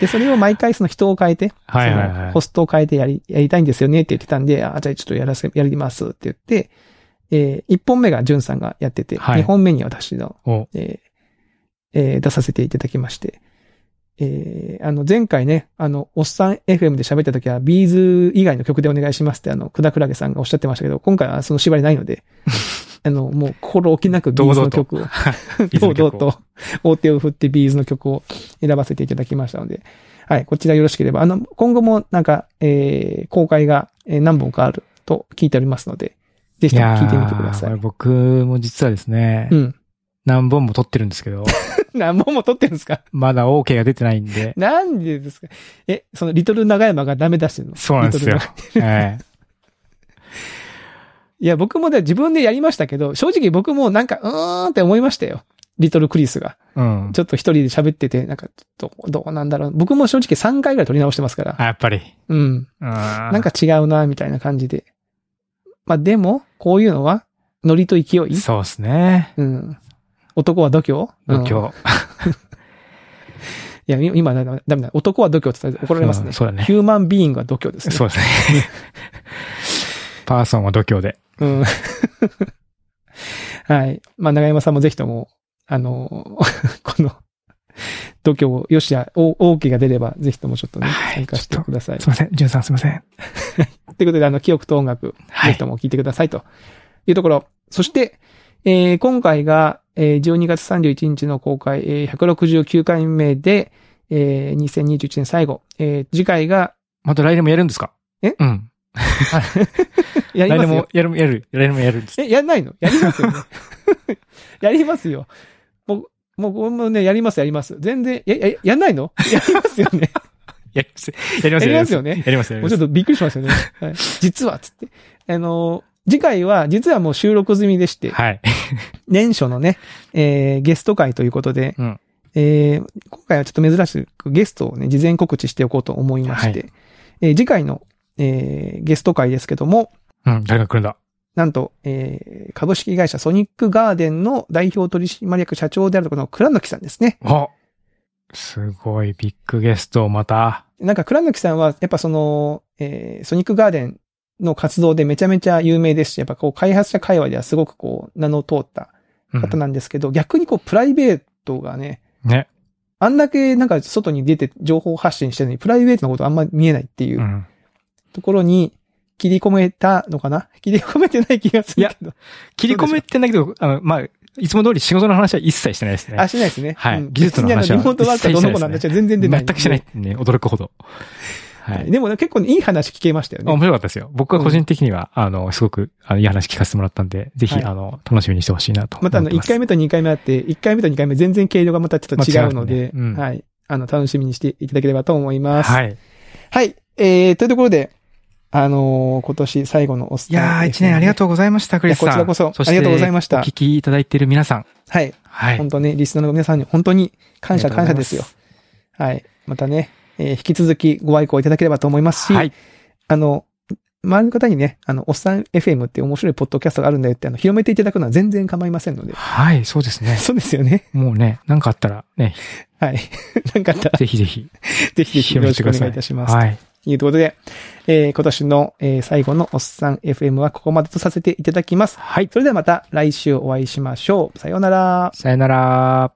[SPEAKER 2] で、それを毎回その人を変えて、
[SPEAKER 1] はいはい
[SPEAKER 2] そ
[SPEAKER 1] は
[SPEAKER 2] の
[SPEAKER 1] い
[SPEAKER 2] ホ。ストを変えてやり、やりたいんですよねって言ってたんで、あ、じゃあちょっとやらせ、やりますって言って、えー、1本目がジュンさんがやってて、
[SPEAKER 1] はい
[SPEAKER 2] 2本目に私の、
[SPEAKER 1] お
[SPEAKER 2] えーえー出させていただきまして、えーあの、前回ね、あの、おっさん FM で喋った時は、ビーズ以外の曲でお願いしますって、あの、くだくらげさんがおっしゃってましたけど、今回はその縛りない ので、あの、もう心置きなくビーズの曲を、
[SPEAKER 1] ビーズ
[SPEAKER 2] 堂
[SPEAKER 1] の
[SPEAKER 2] 々
[SPEAKER 1] 曲を
[SPEAKER 2] と、大手を振ってビーズの曲を選ばせていただきましたので、はい、こちらよろしければ、あの、今後もなんか、えー公開がえー何本かあると聞いておりますので、ぜひとも聞いてみてくださ
[SPEAKER 1] やーこれ
[SPEAKER 2] い。
[SPEAKER 1] 僕も実はですね
[SPEAKER 2] う、ん。
[SPEAKER 1] 何本も撮ってるんですけど、
[SPEAKER 2] 何本も撮ってるんですか、
[SPEAKER 1] まだ OK が出てないんで
[SPEAKER 2] なんでですかえ、その、リトル長山がダメ出してるの
[SPEAKER 1] そうなんですよ
[SPEAKER 2] リトル長。
[SPEAKER 1] ええ
[SPEAKER 2] いや、僕もで自分でやりましたけど、正直僕もなんか、うーんって思いましたよ。リトルクリスが。
[SPEAKER 1] うん。
[SPEAKER 2] ちょっと一人で喋ってて、なんか、どう、どうなんだろう。僕も正直3回ぐらい撮り直してますから。
[SPEAKER 1] あ、やっぱり。
[SPEAKER 2] うん。
[SPEAKER 1] な
[SPEAKER 2] なん、か違うな、みたいな感じで。まあでも、こういうのは、ノリと勢い
[SPEAKER 1] そうですね。
[SPEAKER 2] うん。男は度胸
[SPEAKER 1] 度胸
[SPEAKER 2] うんい。や、い今、だめだダメだ。男は度胸って言ったら怒られます
[SPEAKER 1] う
[SPEAKER 2] ね
[SPEAKER 1] ん。そうだね。
[SPEAKER 2] ヒューマンビーイングは度胸ですね。
[SPEAKER 1] そうですね。パーソンは度胸で。
[SPEAKER 2] うん。 はい。まあ、長山さんもぜひとも、あの ーこの、度胸を、よしや、お、OK が出れば、ぜひともちょっとね、
[SPEAKER 1] はい
[SPEAKER 2] 参加してください。
[SPEAKER 1] すいません、ジュンさんすいません。
[SPEAKER 2] ということで、あの、記憶と音楽、
[SPEAKER 1] は
[SPEAKER 2] ぜひ
[SPEAKER 1] い。
[SPEAKER 2] とも聞いてくださいというところ。そして、えー今回が、えー12月31日の公開、えー169回目で、えー2021年最後。えー次回が、
[SPEAKER 1] また来年もやるんですか
[SPEAKER 2] え
[SPEAKER 1] うん。
[SPEAKER 2] やり
[SPEAKER 1] 来年
[SPEAKER 2] ます
[SPEAKER 1] も
[SPEAKER 2] よ。
[SPEAKER 1] やる、やる、来年もやるんです。
[SPEAKER 2] え、やんないのやりますよ ね。やりますよ。もう、もう、もうね、やります、やります。全然、や、や、やんないのやりますよ ね。
[SPEAKER 1] やります。やりま
[SPEAKER 2] や
[SPEAKER 1] す
[SPEAKER 2] りますよね。
[SPEAKER 1] やります、やり
[SPEAKER 2] も
[SPEAKER 1] ま
[SPEAKER 2] うちょ
[SPEAKER 1] す
[SPEAKER 2] っ。とびっくりしましたね。はい、実は、つって。あのー次回は、実はもう収録済みでして、
[SPEAKER 1] はい。
[SPEAKER 2] 年初のね、えーゲスト会ということで、
[SPEAKER 1] うん
[SPEAKER 2] えー今回はちょっと珍しくゲストをね、事前告知しておこうと思いまして、えー次回の、えーゲスト会ですけども、
[SPEAKER 1] うん、誰が来るんだ
[SPEAKER 2] なんと、えー株式会社ソニックガーデンの代表取締役社長であるこの倉貫さんですね。
[SPEAKER 1] あすごい、ビッグゲストをまた。
[SPEAKER 2] なんか倉貫さんは、やっぱその、えーソニックガーデンの活動でめちゃめちゃ有名ですし、やっぱこう開発者界隈ではすごくこう名の通った
[SPEAKER 1] うん
[SPEAKER 2] 方なんですけど、逆にこうプライベートがね、
[SPEAKER 1] ね。。
[SPEAKER 2] あんだけなんか外に出て情報発信してるのに、プライベートなことあんま見えないっていううんところに切り込めたのかな 切り込めてない気がするけど。
[SPEAKER 1] 切り込めてんだけど、あの、まあ、いつも通り仕事の話は一切してないですね
[SPEAKER 2] あ、。しない ですね。
[SPEAKER 1] はい
[SPEAKER 2] うん
[SPEAKER 1] 技術の話は
[SPEAKER 2] 別にあリモートワークがどうの子なんだじゃ全然出ない。
[SPEAKER 1] 全くしないっ。てね、驚くほど。は
[SPEAKER 2] はいい。。でもね、結構ねいい話聞けましたよ
[SPEAKER 1] あ面
[SPEAKER 2] ね。
[SPEAKER 1] 白かったですよ。僕は個人的には、あの、すごく、あの、いい話聞かせてもらったんで、ぜひ、
[SPEAKER 2] はい
[SPEAKER 1] あの、楽しみにしてほしいなと思
[SPEAKER 2] ま
[SPEAKER 1] って
[SPEAKER 2] たあ
[SPEAKER 1] ま
[SPEAKER 2] の、
[SPEAKER 1] す。
[SPEAKER 2] 1回目と2回目あって、1回目と2回目全然軽量がまたちょっと違うので、
[SPEAKER 1] まあ違うねうん
[SPEAKER 2] はい。あの、楽しみにしていただければと思います。はい。
[SPEAKER 1] はい。
[SPEAKER 2] えー、というところで、あのー今年最後のお
[SPEAKER 1] いやー、一年ありが
[SPEAKER 2] う。
[SPEAKER 1] とうございました、クリスさん。
[SPEAKER 2] いやこちらこそ
[SPEAKER 1] して
[SPEAKER 2] ありがとうございまし
[SPEAKER 1] お
[SPEAKER 2] た
[SPEAKER 1] 聞きいただいている皆さん。
[SPEAKER 2] はい。
[SPEAKER 1] はい。
[SPEAKER 2] 本当ね、リスナーの皆さんに本当に感謝
[SPEAKER 1] ありがとう
[SPEAKER 2] 感謝
[SPEAKER 1] ございま
[SPEAKER 2] ですよ。はい。またね、えー引き続きご愛顧いただければと思いますし、
[SPEAKER 1] はい。
[SPEAKER 2] あの、周りの方にね、あの、おっさん FM って面白いポッドキャストがあるんだよって、あの、広めていただくのは全然構いませんので。
[SPEAKER 1] はい、そうですね。
[SPEAKER 2] そうですよね。
[SPEAKER 1] もうね、なんかあったら、ね、
[SPEAKER 2] はい。 なんかあったら、
[SPEAKER 1] ぜひぜひ、
[SPEAKER 2] ぜ ひぜひよろしくお願いいたします。
[SPEAKER 1] はい。
[SPEAKER 2] ということで、えー今年の、えー最後のおっさん FM はここまでとさせていただきます。
[SPEAKER 1] はい。
[SPEAKER 2] それではまた来週お会いしましょう。さようなら。
[SPEAKER 1] さよなら。